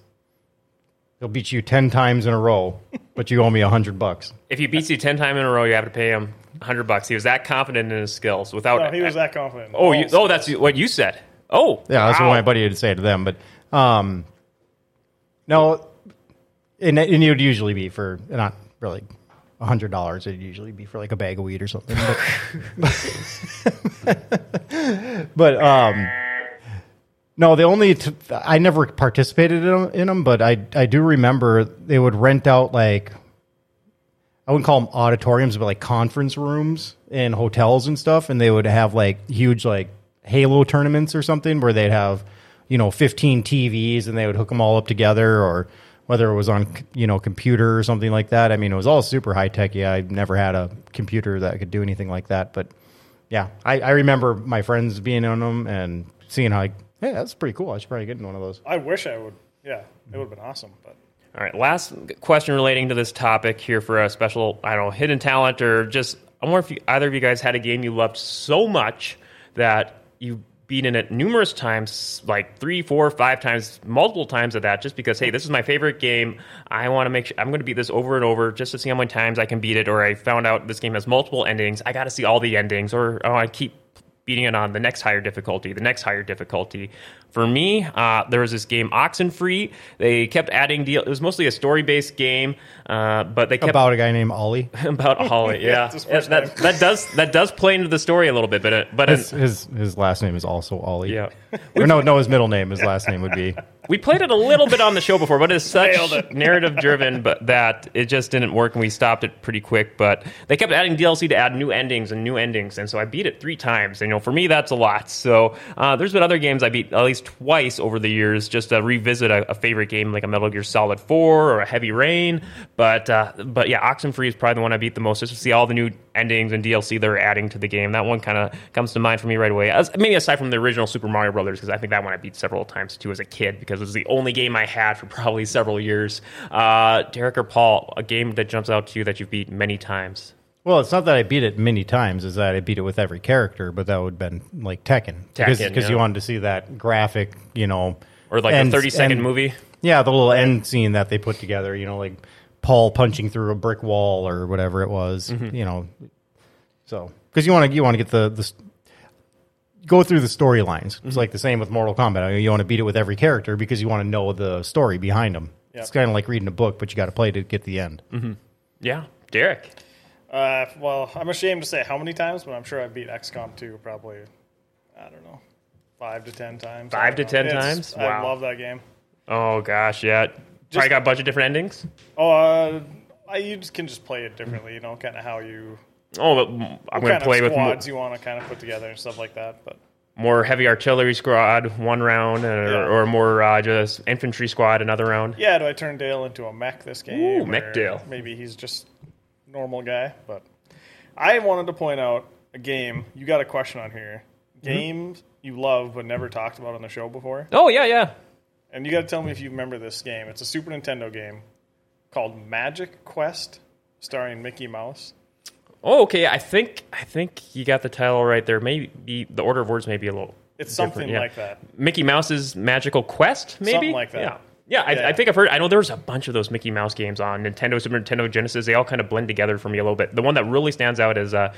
Speaker 2: he'll beat you ten times in a row, but you owe me a hundred bucks.
Speaker 1: If he beats you 10 times in a row, you have to pay him 100 bucks. He was that confident in his skills without.
Speaker 3: No, he was that confident.
Speaker 1: oh, you, oh, that's what you said. Oh.
Speaker 2: Yeah, that's
Speaker 1: wow.
Speaker 2: what my buddy would say to them. But um, no, and, and it would usually be for not really a hundred dollars. It'd usually be for like a bag of weed or something. But, but um, no, the only t- I never participated in them, in 'em, but I I do remember they would rent out like I wouldn't call them auditoriums, but like conference rooms in hotels and stuff. And they would have like huge like Halo tournaments or something where they'd have, you know, 15 TVs and they would hook them all up together or whether it was on, you know, computer or something like that. I mean, it was all super high tech. Yeah. I never had a computer that could do anything like that. But yeah, I, I remember my friends being on them and seeing how, like, hey, that's pretty cool. I should probably get in one of those.
Speaker 3: I wish I would. Yeah, it would have been awesome. But
Speaker 1: All right, last question relating to this topic here for a special, I don't know, hidden talent or just I wonder if you, either of you guys had a game you loved so much that you beat in it numerous times, like three, four, five times, multiple times of that, just because hey, this is my favorite game. I want to make sure I'm going to beat this over and over just to see how many times I can beat it. Or I found out this game has multiple endings. I got to see all the endings. Or oh, I keep beating it on the next higher difficulty, the next higher difficulty. For me, uh, there was this game Oxenfree. They kept adding deal. It was mostly a story based game, uh, but they kept
Speaker 2: About a guy named Ollie.
Speaker 1: about Holly. Yeah,
Speaker 3: his
Speaker 1: that,
Speaker 3: first
Speaker 1: that- that does that does play into the story a little bit, but it, but
Speaker 2: His,
Speaker 1: it,
Speaker 2: his his last name is also Ollie.
Speaker 1: yeah.
Speaker 2: Or no, no, his middle name. His last name would be
Speaker 1: We played it a little bit on the show before, but it's such narrative driven but that it just didn't work and we stopped it pretty quick. But they kept adding DLC to add new endings and new endings, and so I beat it three times. And you know, for me that's a lot. So uh, there's been other games I beat at least twice over the years just to revisit a, a favorite game like a Metal Gear Solid Four or a Heavy Rain. But uh, but yeah, Oxenfree is probably the one I beat the most just to see all the new endings and DLC they're adding to the game. That one kind of comes to mind for me right away. As, maybe aside from the original Super Mario Brothers, because I think that one I beat several times too as a kid because it was the only game I had for probably several years. Uh, Derek or Paul, a game that jumps out to you that you've beat many times.
Speaker 2: Well, it's not that I beat it many times; is that I beat it with every character, but that would have been like Tekken, because
Speaker 1: Tekken,
Speaker 2: because you
Speaker 1: yeah.
Speaker 2: wanted to see that graphic, you know,
Speaker 1: Or like
Speaker 2: end-
Speaker 1: a 30 second
Speaker 2: end-
Speaker 1: movie.
Speaker 2: Yeah, the little end scene that they put together, you know, like Paul punching through a brick wall or whatever it was,
Speaker 1: Mm-hmm.
Speaker 2: you know. So, because you want to you want to get the the s- go through the storylines. It's
Speaker 1: Mm-hmm.
Speaker 2: like the same with Mortal Kombat. I mean, you want to beat it with every character because you want to know the story behind them. It's kind of like reading a book, but you got to play to get the end.
Speaker 1: Mm-hmm. Yeah, Derek.
Speaker 3: uh, well, I'm ashamed to say how many times, but I'm sure I beat XCOM 2 probably. I don't know, five to ten times. I
Speaker 1: Five
Speaker 3: don't
Speaker 1: to
Speaker 3: know.
Speaker 1: 10 times?
Speaker 3: I
Speaker 1: Wow.
Speaker 3: love that game.
Speaker 1: Oh gosh, yeah. probably got a bunch of different endings.
Speaker 3: Oh, uh, I, you just can just play it differently, you know, kind of how you
Speaker 1: Oh, but mm, I'm going
Speaker 3: kind
Speaker 1: to play
Speaker 3: of
Speaker 1: with. mo-
Speaker 3: squads you want to kind of put together and stuff like that. But
Speaker 1: more heavy artillery squad one round, or,
Speaker 3: Yeah.
Speaker 1: or more uh, just infantry squad another round.
Speaker 3: Yeah, do I turn Dale into a mech this game?
Speaker 1: Ooh, mech
Speaker 3: or
Speaker 1: Dale.
Speaker 3: Maybe he's just normal guy, but I wanted to point out a game. You got a question on here.
Speaker 1: Mm-hmm.
Speaker 3: Games you love but never talked about on the show before.
Speaker 1: Oh yeah, yeah.
Speaker 3: And you got to tell me if you remember this game. It's a Super Nintendo game called Magic Quest starring Mickey Mouse.
Speaker 1: Oh okay. I think I think you got the title right there. Maybe the order of words may be a little.
Speaker 3: It's
Speaker 1: different,
Speaker 3: something
Speaker 1: yeah.
Speaker 3: like that.
Speaker 1: Mickey Mouse's Magical Quest, maybe
Speaker 3: Something like that.
Speaker 1: Yeah. Yeah, I,
Speaker 3: Yeah.
Speaker 1: I think I've heard. I know there was a bunch of those Mickey Mouse games on Nintendo, Super Nintendo, Genesis. They all kind of blend together for me a little bit. The one that really stands out is uh,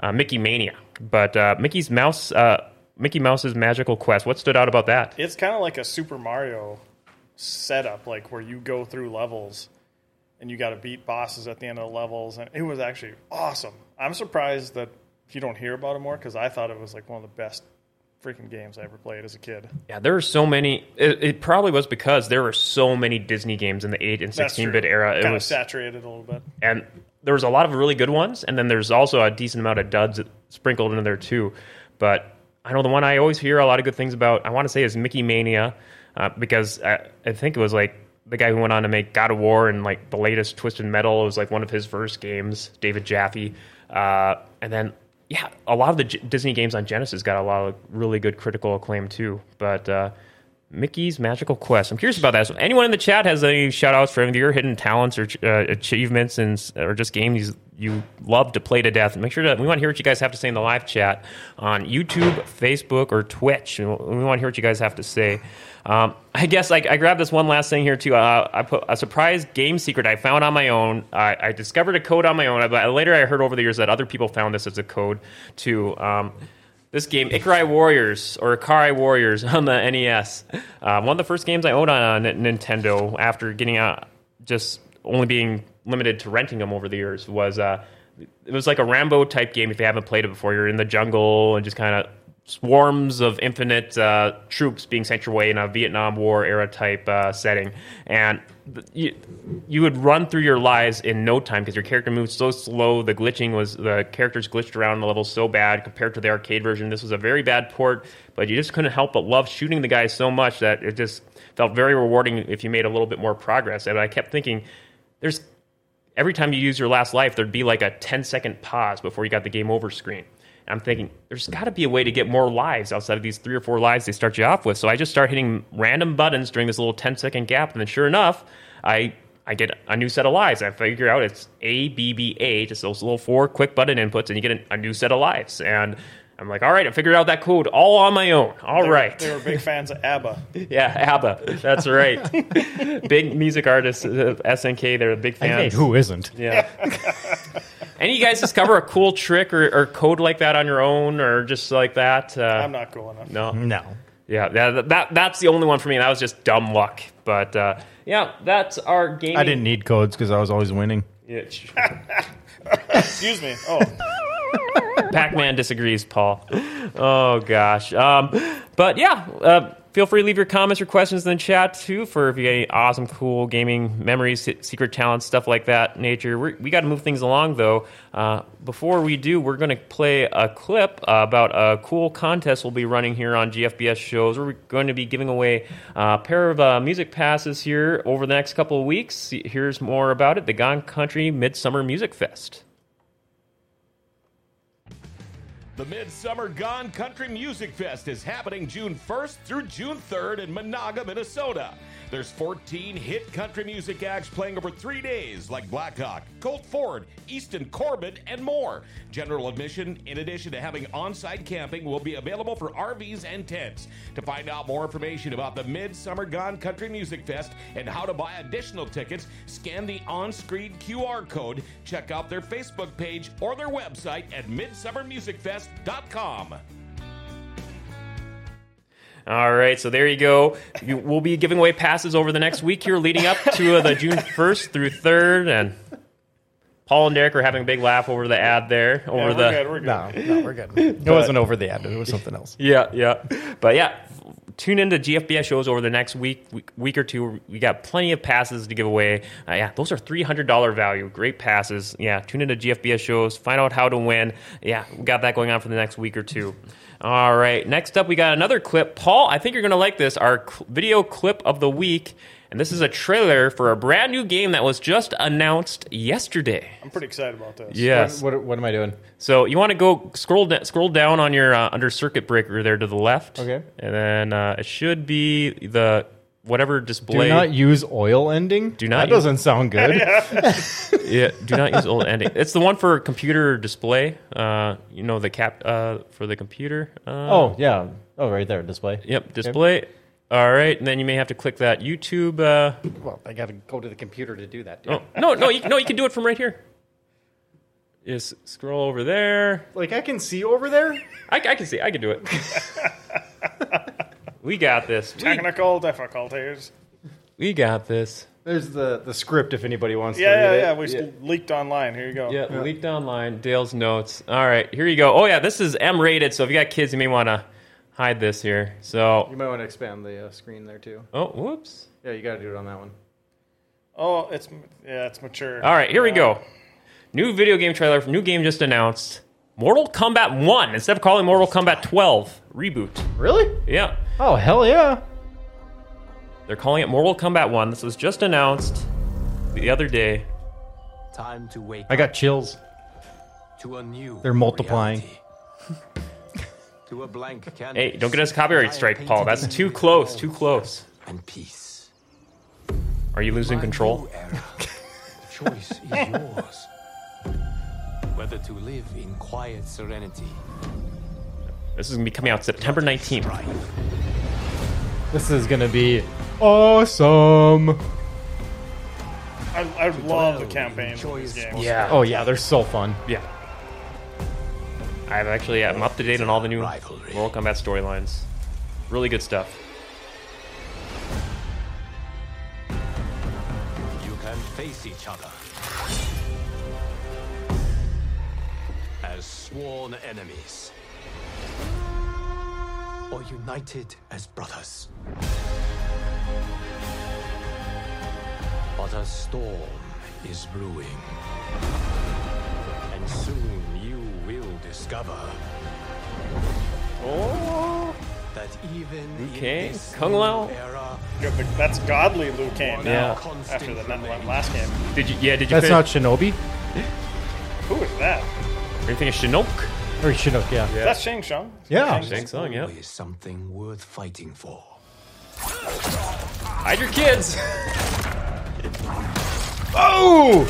Speaker 1: uh, Mickey Mania, but uh, Mickey's Mouse, uh, Mickey Mouse's Magical Quest. What stood out about that?
Speaker 3: It's kind of like a Super Mario setup, like where you go through levels and you got to beat bosses at the end of the levels. And it was actually awesome. I'm surprised that you don't hear about it more because I thought it was like one of the best freaking games I ever played as a kid.
Speaker 1: Yeah, there are so many. It, it probably was because there were so many Disney games in the eight and sixteen bit era. It
Speaker 3: kind
Speaker 1: was
Speaker 3: of saturated a little bit.
Speaker 1: and there was a lot of really good ones, and then there's also a decent amount of duds sprinkled in there too. But I know the one I always hear a lot of good things about. I want to say is Mickey Mania, uh, because I, I think it was like the guy who went on to make God of War and like the latest Twisted Metal. It was like one of his first games, David Jaffe, uh, and then. Yeah, a lot of the G- Disney games on Genesis got a lot of really good critical acclaim too. But uh, Mickey's Magical Quest. I'm curious about that. So, anyone in the chat has any shout outs for any of your hidden talents or uh, achievements and or just games you love to play to death? Make sure to we want to hear what you guys have to say in the live chat on YouTube, Facebook, or Twitch. And We want to hear what you guys have to say. Um, I guess I, I grabbed this one last thing here too. Uh, I put a surprise game secret I found on my own. I, I discovered a code on my own, but later I heard over the years that other people found this as a code too. Um, this game, Ikarai Warriors or Ikari Warriors on the NES, uh, one of the first games I owned on uh, N- Nintendo after getting uh, just only being limited to renting them over the years was uh, it was like a Rambo type game. If you haven't played it before, you're in the jungle and just kind of swarms of infinite uh, troops being sent your way in a Vietnam War era type uh, setting, and th- you, you would run through your lives in no time because your character moved so slow. The glitching was the characters glitched around the level so bad compared to the arcade version. This was a very bad port, but you just couldn't help but love shooting the guys so much that it just felt very rewarding if you made a little bit more progress. And I kept thinking, there's every time you use your last life, there'd be like a 10 second pause before you got the game over screen. And I'm thinking, there's got to be a way to get more lives outside of these three or four lives they start you off with. So I just start hitting random buttons during this little 10 second gap. And then sure enough, I, I get a new set of lives. I figure out it's A, B, B, A, just those little four quick button inputs, and you get a, a new set of lives. And I'm like, all right, I figured out that code all on my own. All
Speaker 3: They were-
Speaker 1: right.
Speaker 3: They were big fans of ABBA.
Speaker 1: Yeah, ABBA. That's right. big music artists, uh, SNK, they're a big
Speaker 2: I
Speaker 1: fan.
Speaker 2: mean, who isn't?
Speaker 1: Yeah. Any of you guys discover a cool trick or, or code like that on your own or just like that? Uh,
Speaker 3: I'm not cool enough.
Speaker 1: no.
Speaker 2: No.
Speaker 1: Yeah, that, that that's the only one for me. That was just dumb luck. But uh, yeah, that's our game.
Speaker 2: I didn't need codes because I was always winning.
Speaker 3: Excuse me. Oh,
Speaker 1: Pac-Man disagrees, Paul. Oh gosh. Um, but yeah, uh, feel free to leave your comments or questions in the chat too for if you got any awesome, cool gaming memories, se- secret talents, stuff like that. Nature. We're, we got to move things along though. Uh, before we do, we're going to play a clip uh, about a cool contest we'll be running here on GFBS shows. We're going to be giving away uh, a pair of uh, music passes here over the next couple of weeks. Here's more about it: the Gone Country Midsummer Music Fest.
Speaker 4: The Midsummer Gone Country Music Fest is happening June 1st through June 3rd in Monaga, Minnesota. There's 14 hit country music acts playing over three days, like Blackhawk, Colt Ford, Easton Corbin, and more. General admission, in addition to having on site camping, will be available for RVs and tents. To find out more information about the Midsummer Gone Country Music Fest and how to buy additional tickets, scan the on screen QR code, check out their Facebook page or their website at midsummermusicfest.com.
Speaker 1: All right, so there you go. You, we'll be giving away passes over the next week here, leading up to uh, the June first through third, and Paul and Derek are having a big laugh over the ad there. Over
Speaker 3: we're
Speaker 1: the
Speaker 3: good. We're good.
Speaker 2: No, no, we're good. It wasn't over the ad. It was something else.
Speaker 1: yeah, yeah, but yeah, f- tune into GFBS shows over the next week, week, week or two. We got plenty of passes to give away. Uh, yeah, those are three hundred dollar value, great passes. Yeah, tune into GFBS shows, find out how to win. Yeah, we got that going on for the next week or two. All right. Next up, we got another clip. Paul, I think you're going to like this. Our cl- video clip of the week. And this is a trailer for a brand new game that was just announced yesterday.
Speaker 3: I'm pretty excited about this.
Speaker 1: Yes.
Speaker 5: What, what am I doing?
Speaker 1: So you want to go scroll da- scroll down on your uh, under circuit breaker there to the left.
Speaker 5: Okay.
Speaker 1: And then uh, it should be the whatever
Speaker 5: Do
Speaker 1: display.
Speaker 5: not use oil ending. Do
Speaker 1: not
Speaker 5: That
Speaker 1: use-
Speaker 5: doesn't sound good.
Speaker 1: yeah, do not use old ending. It's the one for computer display. Uh, you know the cap uh, for the computer. Uh,
Speaker 5: Oh yeah. Oh right there, display.
Speaker 1: Yep. Display. All right, and then you may have to click that YouTube. Uh,
Speaker 2: Well, I got to go to the computer to do that.
Speaker 1: oh, no, no, you, no, you can do it from right here. Just scroll over there.
Speaker 2: Like I can see over there.
Speaker 1: I, I can see. I can do it. we got this. We,
Speaker 3: Technical difficulties.
Speaker 1: we got this.
Speaker 2: There's the the script if anybody wants to
Speaker 3: Yeah,
Speaker 2: read
Speaker 3: yeah,
Speaker 2: it.
Speaker 3: yeah. We leaked online. Here you go.
Speaker 1: Yeah, leaked online. Dale's notes. All right, here you go. Oh yeah, this is M rated. So if you got kids, you may want to hide this here. So
Speaker 2: You might want to expand the uh, screen there too.
Speaker 1: oh, whoops.
Speaker 2: Yeah, you got to do it on that one.
Speaker 3: Oh, it's yeah, it's mature.
Speaker 1: All right, here we go. New video game trailer. New game just announced. Mortal Kombat One instead of calling Mortal Kombat 12 reboot.
Speaker 5: Really?
Speaker 1: Yeah,
Speaker 5: Oh hell yeah.
Speaker 1: they're calling it Mortal Kombat One. This was just announced the other day.
Speaker 6: Time to wake
Speaker 2: I got chills.
Speaker 6: up to a new.
Speaker 2: They're multiplying.
Speaker 6: reality. to a blank canvas.
Speaker 1: Hey, don't get us copyright strike, Paul. That's too close. Too close.
Speaker 6: And peace.
Speaker 1: Are you losing
Speaker 6: My
Speaker 1: control?
Speaker 6: new era. The choice is yours. Whether to live in quiet serenity,
Speaker 1: This is gonna be coming out September 19th.
Speaker 6: strife,
Speaker 5: This is gonna be awesome.
Speaker 3: I, I love the campaign. in these games.
Speaker 1: Yeah.
Speaker 5: Oh yeah, they're so fun.
Speaker 1: Yeah. I've actually yeah, I'm up to date on all the new
Speaker 6: Rivalry.
Speaker 1: Mortal Kombat storylines. Really good stuff.
Speaker 6: you can face each other as sworn enemies or united as brothers. But a storm is brewing, and soon you will discover. That even
Speaker 1: Okay,
Speaker 6: in this
Speaker 1: Kung
Speaker 6: new
Speaker 1: Lao.
Speaker 6: era,
Speaker 3: You have the- that's godly Liu Kang
Speaker 6: one
Speaker 3: now.
Speaker 6: constant
Speaker 3: After the net-
Speaker 6: remains.
Speaker 3: last game,
Speaker 1: Did you yeah, did you
Speaker 5: That's
Speaker 1: finish
Speaker 5: not Shinobi
Speaker 3: who is that?
Speaker 1: are you thinking Chinook?
Speaker 5: or Shinook. Yeah.
Speaker 3: Is that Shang Tsung?
Speaker 5: Yeah.
Speaker 3: Shang-
Speaker 1: Shang Tsung, yeah.
Speaker 6: Always something worth fighting for.
Speaker 1: Hide your kids!
Speaker 5: Oh.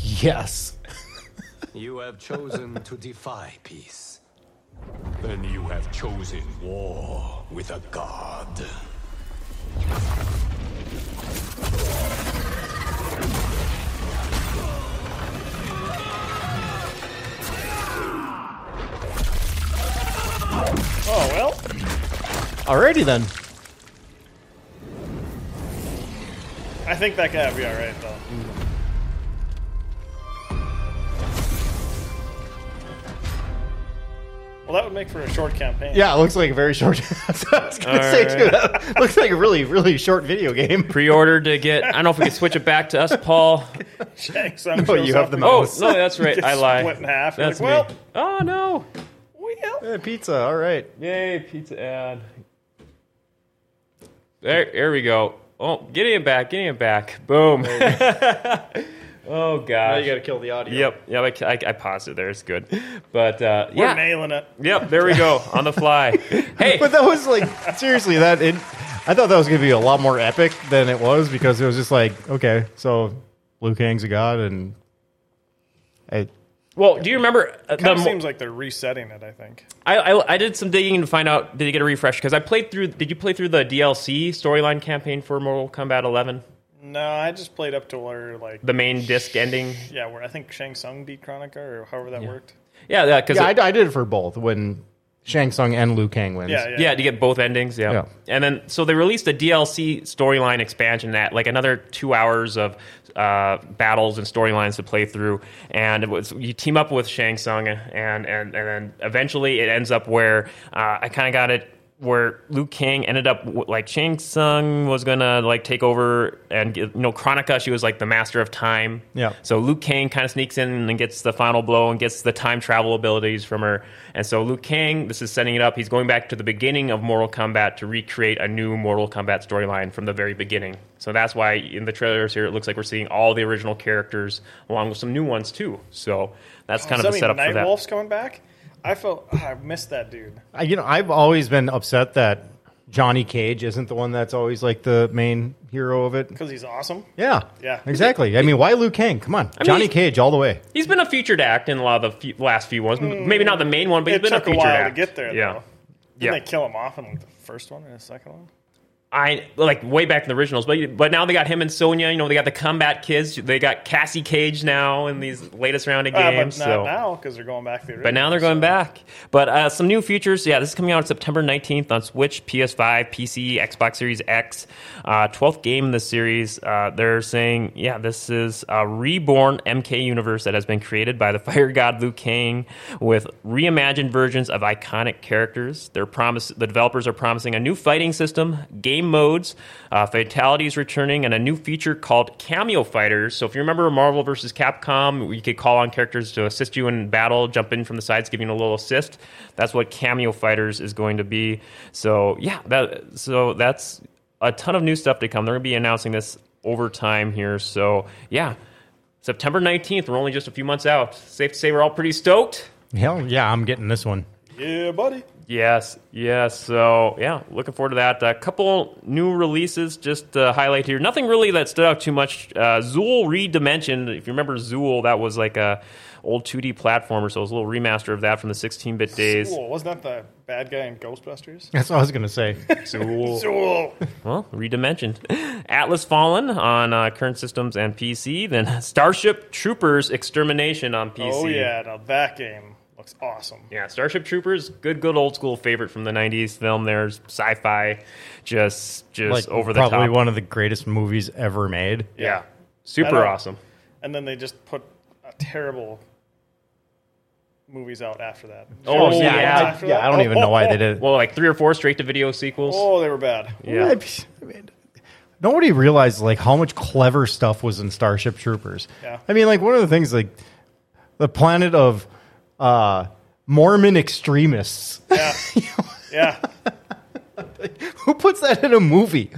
Speaker 5: Yes.
Speaker 6: You have chosen to defy peace. Then you have chosen war with a god.
Speaker 3: Oh well.
Speaker 5: Alrighty then.
Speaker 3: I think that guy will be all right though. Well, that would make for a short campaign.
Speaker 5: Yeah, it looks like a very short. That's what I was gonna say too. That looks like a really, really short video game.
Speaker 1: Pre-order to get I don't know if we can switch it back to us, Paul.
Speaker 3: Shang Tsung
Speaker 5: No,
Speaker 3: shows
Speaker 5: you have
Speaker 3: up
Speaker 5: the
Speaker 3: and
Speaker 1: Oh
Speaker 5: Mouse.
Speaker 1: no, that's right.
Speaker 3: gets
Speaker 1: I lie.
Speaker 3: Split in half. You're
Speaker 1: That's
Speaker 3: like,
Speaker 1: me. Oh no.
Speaker 3: well, well,
Speaker 2: Uh,
Speaker 5: Eh, pizza. All right.
Speaker 1: Yay, pizza ad. There, there we go. Oh, getting it back, getting it back. Boom. oh gosh.
Speaker 5: gotta kill the audio.
Speaker 1: Yep, yep. I, I, I paused it there. It's good, but uh,
Speaker 3: we're
Speaker 1: yeah,
Speaker 3: nailing it.
Speaker 1: yep. There we go on the fly. hey,
Speaker 5: But that was like seriously that. It, I thought that was gonna be a lot more epic than it was because it was just like okay, so Liu Kang's a god and I,
Speaker 1: well, do you remember uh, the?
Speaker 3: Kind of
Speaker 1: mo-
Speaker 3: seems like they're resetting it. I think.
Speaker 1: I, I I did some digging to find out did it get a refresh because I played through. Did you play through the DLC storyline campaign for Mortal Kombat 11?
Speaker 3: No, I just played up to where like
Speaker 1: The main disc ending.
Speaker 3: yeah, where I think Shang Tsung beat Chronica or however that worked.
Speaker 1: Yeah, yeah. Because
Speaker 5: yeah, I, I did it for both when Shang Tsung and Liu Kang wins.
Speaker 3: Yeah, yeah.
Speaker 1: Yeah, to get both endings. Yeah.
Speaker 5: Yeah.
Speaker 1: And then, so they released a DLC storyline expansion that, like, another two hours of uh, battles and storylines to play through. And it was you team up with Shang Tsung, and, and, and then eventually it ends up where uh, I kind of got it where Liu Kang ended up like Shang Tsung was gonna like take over and get- you know Chronica she was like the master of time.
Speaker 5: Yeah.
Speaker 1: So Liu Kang kind of sneaks in and gets the final blow and gets the time travel abilities from her. And so Liu Kang, this is setting it up. He's going back to the beginning of Mortal Kombat to recreate a new Mortal Kombat storyline from the very beginning. So that's why in the trailers here it looks like we're seeing all the original characters along with some new ones too. So that's kind of
Speaker 3: Does that
Speaker 1: the
Speaker 3: mean
Speaker 1: setup for
Speaker 3: Night
Speaker 1: that.
Speaker 3: Wolf's coming back? I felt ah, I missed that dude.
Speaker 5: I, you know, I've always been upset that Johnny Cage isn't the one that's always like the main hero of it.
Speaker 3: Because he's awesome.
Speaker 5: Yeah,
Speaker 3: Yeah.
Speaker 5: exactly. I mean, why Liu Kang? Come on, Johnny
Speaker 1: he-
Speaker 5: Cage all the way.
Speaker 1: He's been a featured act in a lot of the few, last few ones. M- Maybe not the main one, but
Speaker 3: It
Speaker 1: he's been
Speaker 3: took
Speaker 1: a
Speaker 3: a,
Speaker 1: featured
Speaker 3: while
Speaker 1: act.
Speaker 3: to get there,
Speaker 1: Yeah,
Speaker 3: though. Didn't
Speaker 1: yeah.
Speaker 3: they kill him off in like, the first one and the second one?
Speaker 1: I like way back in the originals, but but now they got him and Sonya. You know, they got the combat kids. They got Cassie Cage now in these latest round of
Speaker 3: Ah,
Speaker 1: games.
Speaker 3: but not
Speaker 1: so.
Speaker 3: now because they're going back to the original.
Speaker 1: But now they're going back. But uh, some new features. Yeah, this is coming out September 19th on Switch, PS5, PC, Xbox Series X. Uh, 12th game in the series. Uh, they're saying, yeah, this is a reborn MK universe that has been created by the fire god Liu Kang with reimagined versions of iconic characters. They're promise- the developers are promising a new fighting system, game modes, uh, fatalities returning, and a new feature called Cameo Fighters. So if you remember Marvel vs. Capcom, you could call on characters to assist you in battle, jump in from the sides, give you a little assist. That's what Cameo Fighters is going to be. So yeah, that so that's a ton of new stuff to come. They're going to be announcing this over time here. So yeah, September nineteenth. We're only just a few months out. Safe to say we're all pretty stoked.
Speaker 2: Hell yeah, I'm getting this one.
Speaker 3: Yeah, buddy.
Speaker 1: Yes, yes. So, yeah, looking forward to that. A couple new releases just to highlight here. Nothing really that stood out too much. Uh, Zool Redimensioned, if you remember Zool, that was like a old 2D platformer, so it was a little remaster of that from the 16-bit days.
Speaker 3: Cool. Wasn't that the bad guy in Ghostbusters?
Speaker 2: That's what I was gonna say.
Speaker 3: Cool.
Speaker 1: Well, redimensioned. Atlas Fallen on uh, current systems and PC, then Starship Troopers Extermination on PC.
Speaker 3: oh yeah, now that game looks awesome.
Speaker 1: Yeah, Starship Troopers, good, good old school favorite from the '90s film. There's sci-fi, just, just
Speaker 2: Like,
Speaker 1: over the
Speaker 2: probably
Speaker 1: top.
Speaker 2: one of the greatest movies ever made.
Speaker 1: Yeah,
Speaker 3: I
Speaker 1: super
Speaker 3: don't-
Speaker 1: awesome.
Speaker 3: And then they just put a terrible movies out after that.
Speaker 1: Oh,
Speaker 3: Terrible
Speaker 1: yeah,
Speaker 3: movies
Speaker 1: yeah,
Speaker 3: after
Speaker 2: Yeah,
Speaker 3: that?
Speaker 2: I don't
Speaker 3: Oh,
Speaker 2: even know
Speaker 3: oh,
Speaker 2: why
Speaker 3: oh.
Speaker 2: they did it.
Speaker 1: Well, like three or four straight to video sequels.
Speaker 3: Oh, they were bad.
Speaker 1: Yeah.
Speaker 2: I mean, nobody realized like how much clever stuff was in Starship Troopers.
Speaker 3: Yeah.
Speaker 2: I mean, like one of the things like the planet of uh, Mormon extremists.
Speaker 3: Yeah. yeah.
Speaker 2: Who puts that in a movie?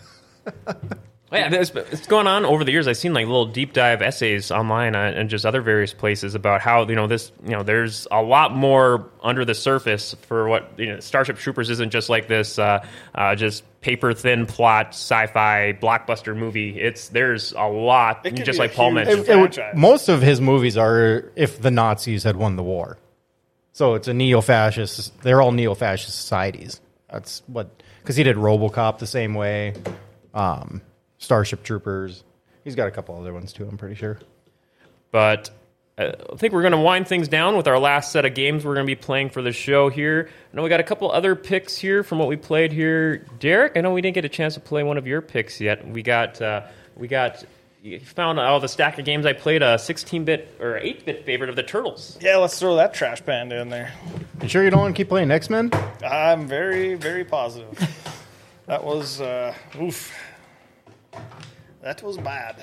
Speaker 1: Yeah, it's, it's going on over the years. I've seen like little deep dive essays online uh, and just other various places about how you know this. You know, there's a lot more under the surface for what you know. Starship Troopers isn't just like this, uh, uh, just paper thin plot sci-fi blockbuster movie. It's there's a lot,
Speaker 3: It could
Speaker 1: just
Speaker 3: be a
Speaker 1: like Paul
Speaker 3: huge-
Speaker 1: mentioned.
Speaker 3: It- it
Speaker 2: would-
Speaker 3: franchise.
Speaker 2: most of his movies are if the Nazis had won the war. So it's a neo-fascist. They're all neo-fascist societies. That's what because he did RoboCop the same way, um, Starship Troopers. He's got a couple other ones too. I'm pretty sure.
Speaker 1: But uh, I think we're going to wind things down with our last set of games we're going to be playing for the show here. I know we got a couple other picks here from what we played here. Derek, I know we didn't get a chance to play one of your picks yet. We got uh, we got you found out of the stack of games I played a 16-bit or 8-bit favorite of the Turtles.
Speaker 3: Yeah, let's throw that trash band in there.
Speaker 2: You sure you don't want to keep playing X Men?
Speaker 3: I'm very, very positive. that was, uh, oof. That was bad.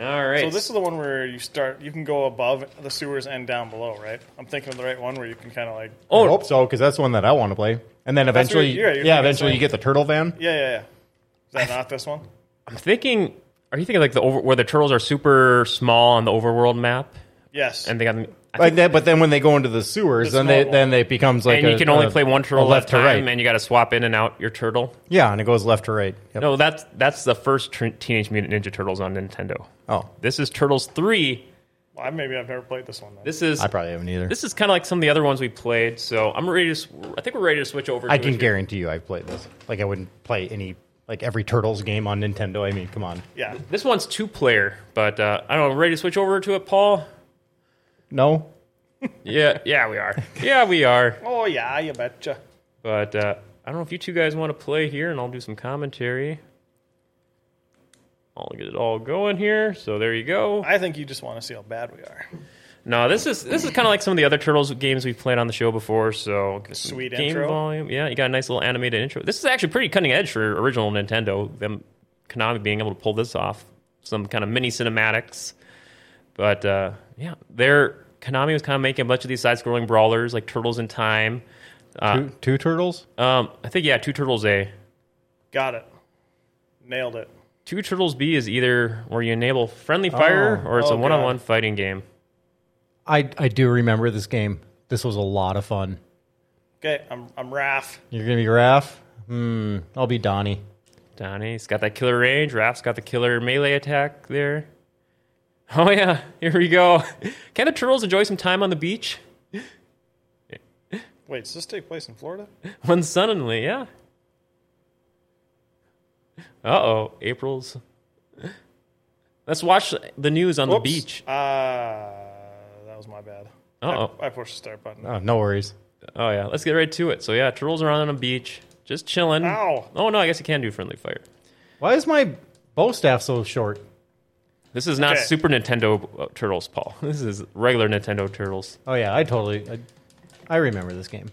Speaker 1: All right.
Speaker 3: So this is the one where you start. You can go above the sewers and down below, right? I'm thinking of the right one where you can kind of like,
Speaker 1: Oh.
Speaker 2: I hope so because that's the one that I want to play. And then eventually,
Speaker 3: you're- you're
Speaker 2: yeah,
Speaker 3: thinking
Speaker 2: eventually
Speaker 3: the
Speaker 2: you get the turtle van.
Speaker 3: yeah, yeah, yeah. Is that not this one?
Speaker 1: I'm thinking are you thinking like the over, where the turtles are super small on the overworld map
Speaker 3: Yes.
Speaker 1: and they got them- I
Speaker 2: Like that, but then when they go into the sewers,
Speaker 3: It's
Speaker 2: then they
Speaker 3: normal.
Speaker 2: then it becomes like
Speaker 1: and
Speaker 2: a-
Speaker 1: you can only
Speaker 2: a-
Speaker 1: play one
Speaker 2: a
Speaker 1: turtle left,
Speaker 2: uh, to
Speaker 1: time,
Speaker 2: right.
Speaker 1: and you got to swap in and out your turtle.
Speaker 2: yeah, and it goes left to right. Yep.
Speaker 1: No, that's that's the first tr- Teenage Mutant Ninja Turtles on Nintendo.
Speaker 2: Oh,
Speaker 1: This is Turtles three.
Speaker 3: well, I- maybe I've never played this one. Then.
Speaker 1: This is
Speaker 2: I probably haven't either.
Speaker 1: this is kind of like some of the other ones we played. So I'm ready to. s- I think we're ready to switch over.
Speaker 2: I
Speaker 1: to
Speaker 2: can
Speaker 1: it here.
Speaker 2: guarantee you, I've played this. Like I wouldn't play any like every Turtles game on Nintendo. I mean, come on.
Speaker 3: yeah.
Speaker 1: This one's two player, but uh, I don't know. Ready to switch over to it, Paul?
Speaker 2: No,
Speaker 1: Yeah, yeah, we are. Yeah, we are.
Speaker 3: Oh yeah, you betcha.
Speaker 1: But uh, I don't know if you two guys want to play here, and I'll do some commentary. I'll get it all going here. So there you go.
Speaker 3: I think you just want to see how bad we are.
Speaker 1: No, this is this is kind of like some of the other Turtles games we've played on the show before. So
Speaker 3: Sweet
Speaker 1: game
Speaker 3: intro.
Speaker 1: volume, yeah, you got a nice little animated intro. This is actually pretty cutting edge for original Nintendo. Them Konami being able to pull this off, some kind of mini cinematics. But uh, yeah, they're Konami was kind of making a bunch of these side-scrolling brawlers like Turtles in Time.
Speaker 2: Uh,
Speaker 5: two, two turtles.
Speaker 1: Um, I think yeah, two Turtles A.
Speaker 3: Got it. Nailed it.
Speaker 1: Two Turtles B is either where you enable friendly fire or it's
Speaker 3: Oh,
Speaker 1: a
Speaker 3: God.
Speaker 1: one-on-one fighting game.
Speaker 2: I I do remember this game. This was a lot of fun.
Speaker 3: Okay, I'm I'm Raph.
Speaker 2: You're gonna be Raph. Hmm. I'll be Donnie.
Speaker 1: Donnie's got that killer range. Raph's got the killer melee attack there. Oh yeah, here we go. Can the turtles enjoy some time on the beach?
Speaker 3: Wait, does this take place in Florida?
Speaker 1: When suddenly, yeah. Uh oh, April's. Let's watch the news on
Speaker 3: Whoops.
Speaker 1: the beach.
Speaker 3: Uh, that was my bad.
Speaker 1: Uh-oh.
Speaker 3: I, I pushed the start button.
Speaker 2: Oh, no worries.
Speaker 1: Oh yeah, let's get right to it. So yeah, turtles are on a beach, just chilling.
Speaker 3: Ow.
Speaker 1: Oh no, I guess you can do friendly fire.
Speaker 2: Why is my bow staff so short?
Speaker 1: This is not
Speaker 3: Okay.
Speaker 1: Super Nintendo uh, Turtles, Paul. This is regular Nintendo Turtles.
Speaker 2: Oh yeah, I totally. I, I remember this game.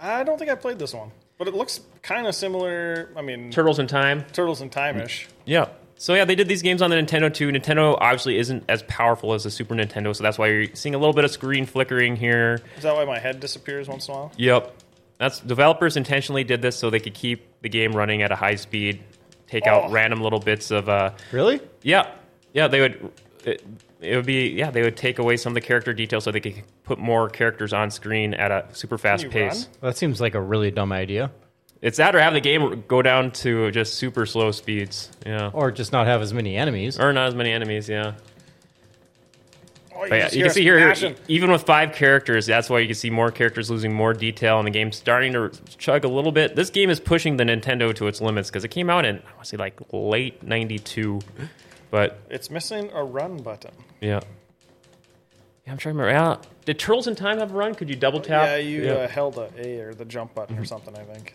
Speaker 3: I don't think I played this one, but it looks kind of similar. I mean,
Speaker 1: Turtles in Time.
Speaker 3: Turtles in Time-ish.
Speaker 1: Yeah. So yeah, they did these games on the Nintendo too. Nintendo obviously isn't as powerful as the Super Nintendo, so that's why you're seeing a little bit of screen flickering here.
Speaker 3: Is that why my head disappears once in a while?
Speaker 1: Yep. That's developers intentionally did this so they could keep the game running at a high speed, take out
Speaker 3: Oh.
Speaker 1: random little bits of uh
Speaker 2: Really?
Speaker 1: yeah. Yeah, they would it, it would be yeah, they would take away some of the character details so they could put more characters on screen at a super fast
Speaker 3: you
Speaker 1: pace.
Speaker 2: That seems like a really dumb idea.
Speaker 1: It's that or have the game go down to just super slow speeds. Yeah.
Speaker 2: Or just not have as many enemies.
Speaker 1: Or not as many enemies, yeah.
Speaker 3: Oh, you,
Speaker 1: But yeah,
Speaker 3: just
Speaker 1: you
Speaker 3: hear
Speaker 1: can
Speaker 3: us
Speaker 1: see here,
Speaker 3: smashing.
Speaker 1: even with five characters, that's why you can see more characters losing more detail, and the game's starting to chug a little bit. This game is pushing the Nintendo to its limits because it came out in I want to say like late '92, but
Speaker 3: It's missing a run button.
Speaker 1: yeah, yeah, I'm trying to remember. Yeah. Did Turtles in Time have a run? Could you double tap?
Speaker 3: yeah, you Uh, held a A or the jump button
Speaker 1: Mm-hmm.
Speaker 3: or something. I think.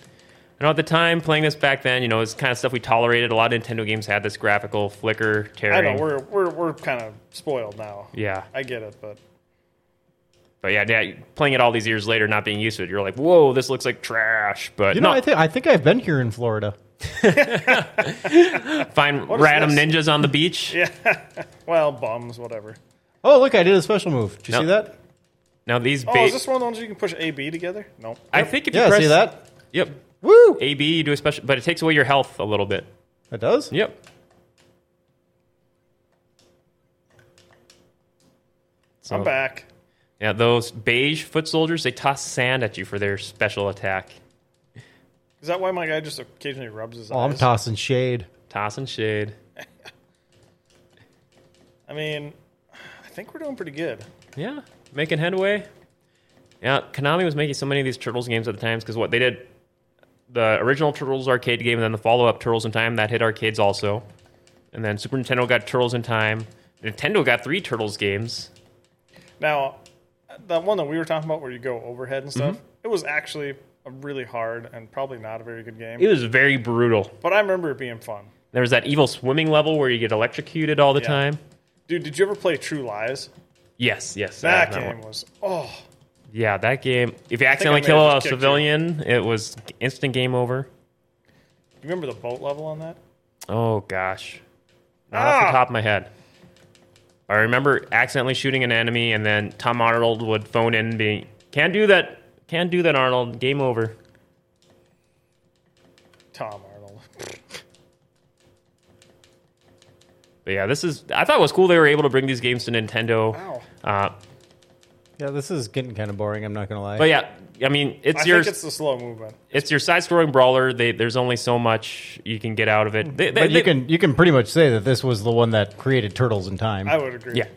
Speaker 1: I know at the time playing this back then, you know, it's kind of stuff we tolerated. A lot of Nintendo games had this graphical flicker
Speaker 3: I
Speaker 1: tearing.
Speaker 3: know we're we're we're kind of spoiled now.
Speaker 1: yeah,
Speaker 3: I get it, but
Speaker 1: but yeah, yeah, playing it all these years later, not being used to it, you're like, whoa, this looks like trash. But
Speaker 2: You know,
Speaker 1: no,
Speaker 2: I think I think I've been here in Florida.
Speaker 1: find
Speaker 3: is
Speaker 1: random
Speaker 3: this?
Speaker 1: ninjas on the beach.
Speaker 3: well, bums, whatever.
Speaker 2: Oh, look, I did a special move. Did you
Speaker 1: No.
Speaker 2: see that?
Speaker 1: Now these
Speaker 3: Oh,
Speaker 1: bait.
Speaker 3: is this one of the ones you can push A B together? No.
Speaker 1: I think if you
Speaker 2: Yeah,
Speaker 1: press
Speaker 2: see that?
Speaker 1: Yep.
Speaker 2: Woo!
Speaker 1: A B you do a special, but it takes away your health a little bit.
Speaker 2: It does?
Speaker 1: Yep. So,
Speaker 3: I'm back.
Speaker 1: Yeah, those beige foot soldiers they toss sand at you for their special attack.
Speaker 3: Is that why my guy just occasionally rubs his
Speaker 2: Oh, I'm
Speaker 3: eyes?
Speaker 2: tossing shade.
Speaker 1: Toss and shade.
Speaker 3: I mean, I think we're doing pretty good.
Speaker 1: Yeah, making headway. Yeah, Konami was making so many of these Turtles games at the times because what they did, the original Turtles arcade game and then the follow up Turtles in Time that hit arcades also, and then Super Nintendo got Turtles in Time. Nintendo got three Turtles games.
Speaker 3: Now, that one that we were talking about where you go overhead and stuff,
Speaker 1: Mm-hmm.
Speaker 3: it was actually a really hard and probably not a very good game.
Speaker 1: It was very brutal.
Speaker 3: but I remember it being fun.
Speaker 1: There was that evil swimming level where you get electrocuted all the
Speaker 3: Yeah.
Speaker 1: time.
Speaker 3: Dude, did you ever play True Lies?
Speaker 1: Yes, yes. I
Speaker 3: That
Speaker 1: have one.
Speaker 3: game was oh
Speaker 1: Yeah, that game. If you
Speaker 3: I
Speaker 1: accidentally
Speaker 3: may have
Speaker 1: kill a
Speaker 3: just kicked you.
Speaker 1: civilian, it was instant game over.
Speaker 3: you remember the boat level on that?
Speaker 1: Oh gosh. Not off
Speaker 3: Ah!
Speaker 1: the top of my head. I remember accidentally shooting an enemy and then Tom Arnold would phone in being can't do that can't do that, Arnold. Game over.
Speaker 3: Tom Arnold.
Speaker 1: But yeah, this is I thought it was cool they were able to bring these games to Nintendo.
Speaker 3: Wow.
Speaker 1: Uh,
Speaker 2: Yeah, this is getting kind of boring, I'm not going to lie.
Speaker 1: but yeah, I mean it's
Speaker 3: I
Speaker 1: your
Speaker 3: think it's the slow movement.
Speaker 1: it's your side scrolling brawler. They, there's only so much you can get out of
Speaker 3: Hmm.
Speaker 1: it. They, they,
Speaker 2: But you
Speaker 1: they-
Speaker 2: can you can pretty much say that this was the one that created Turtles in Time.
Speaker 3: I would agree.
Speaker 1: yeah.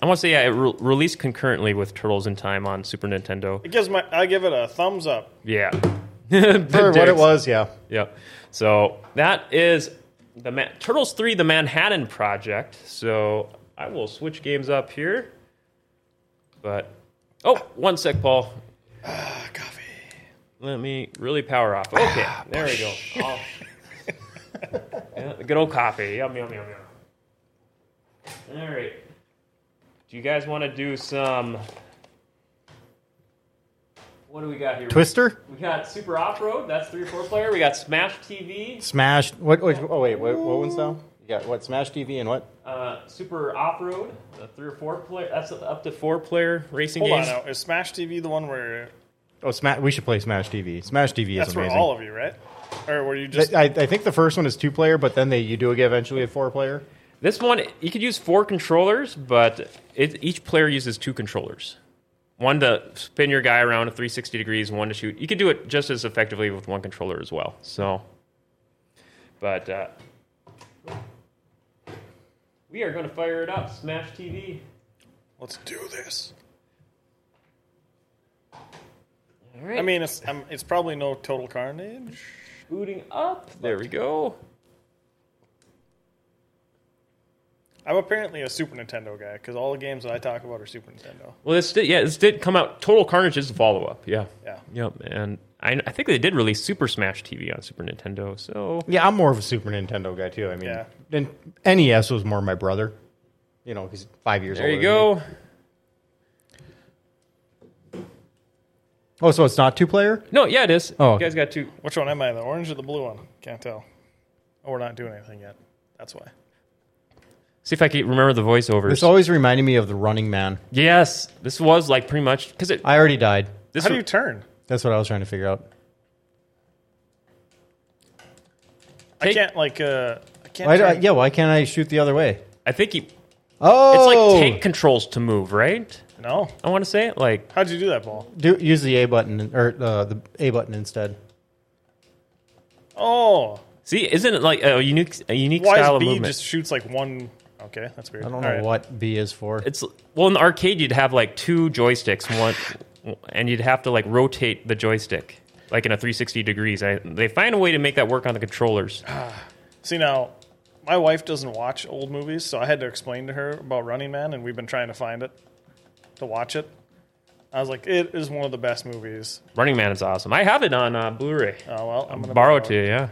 Speaker 1: I want to say yeah, it re- released concurrently with Turtles in Time on Super Nintendo.
Speaker 3: It gives my I give it a thumbs up.
Speaker 1: Yeah.
Speaker 5: For what it was, yeah.
Speaker 1: Yep. So that is the Ma- Turtles Three: The Manhattan Project. So I will switch games up here. But oh, one sec, Paul.
Speaker 3: coffee.
Speaker 1: Let me really power off. Okay, there we go. Oh. Yeah, good old coffee. Yum yum yum yum. All right. Do you guys want to do some? What do we got here?
Speaker 7: Twister,
Speaker 1: We got Super Off Road. That's three or four player. We got Smash TV,
Speaker 7: Smash. What? what
Speaker 2: Oh wait, what, what one's now? You got what? Smash TV and what?
Speaker 1: uh, Super Off Road. The three or four player. That's up to four player racing
Speaker 3: Hold on
Speaker 1: games.
Speaker 3: now. Is Smash TV the one where
Speaker 2: Oh, Smash. We should play Smash TV. Smash TV
Speaker 3: that's
Speaker 2: is
Speaker 3: for
Speaker 2: amazing.
Speaker 3: all of you, right? Or were you just
Speaker 2: I, I think the first one is two player, but then they you do get eventually a four player.
Speaker 1: This one you could use four controllers, but it, each player uses two controllers. One to spin your guy around at 360 degrees, and one to shoot. You could do it just as effectively with one controller as well. So, but uh, we are going to fire it up. Smash TV.
Speaker 3: let's do this? I mean, it's um, it's probably no total carnage.
Speaker 1: booting up. There we go.
Speaker 3: I'm apparently a Super Nintendo guy because all the games that I talk about are Super Nintendo.
Speaker 1: Well, this did, yeah, this did come out. Total Carnage is the follow up. Yeah.
Speaker 3: Yeah.
Speaker 1: Yep. And I, I think they did release Super Smash TV on Super Nintendo. So
Speaker 2: Yeah, I'm more of a Super Nintendo guy too. I mean,
Speaker 3: Yeah.
Speaker 2: and NES was more my brother. You know, he's five years.
Speaker 1: there you
Speaker 2: older than
Speaker 1: go.
Speaker 2: me. Oh, so it's not two player.
Speaker 1: No, yeah, it is.
Speaker 2: Oh,
Speaker 1: you guys got two.
Speaker 3: Which one am I? The orange or the blue one? Can't tell. Oh, we're not doing anything yet. That's why.
Speaker 1: See if I can remember the voiceovers.
Speaker 2: This always reminded me of the Running Man.
Speaker 1: yes, this was like pretty much because it.
Speaker 2: I already died.
Speaker 1: This
Speaker 3: How do
Speaker 1: was-
Speaker 3: you turn?
Speaker 2: That's what I was trying to figure out.
Speaker 3: I
Speaker 1: Take-
Speaker 3: can't like uh I can't.
Speaker 2: Why do I,
Speaker 3: turn-
Speaker 2: yeah, why can't I shoot the other way?
Speaker 1: I think you. It's like
Speaker 2: Oh,
Speaker 1: take controls to move, right?
Speaker 3: No.
Speaker 1: I want to say it like
Speaker 3: How'd you do that ball?
Speaker 2: do, use the A button or uh, the A button instead.
Speaker 3: Oh,
Speaker 1: see, isn't it like a unique a unique
Speaker 3: why
Speaker 1: style
Speaker 3: is
Speaker 1: of
Speaker 3: B
Speaker 1: movement?
Speaker 3: just shoots like one? Okay, that's weird.
Speaker 2: I don't know what B is for.
Speaker 1: it's well in the arcade you'd have like two joysticks one and you'd have to like rotate the joystick like in a 360 degrees I, they find a way to make that work on the controllers
Speaker 3: See now, my wife doesn't watch old movies, so I had to explain to her about Running Man, and we've been trying to find it to watch it. I was like, it is one of the best movies.
Speaker 1: running man is awesome i have it on uh, blu-ray
Speaker 3: Oh well, I'm gonna
Speaker 1: borrow it to you yeah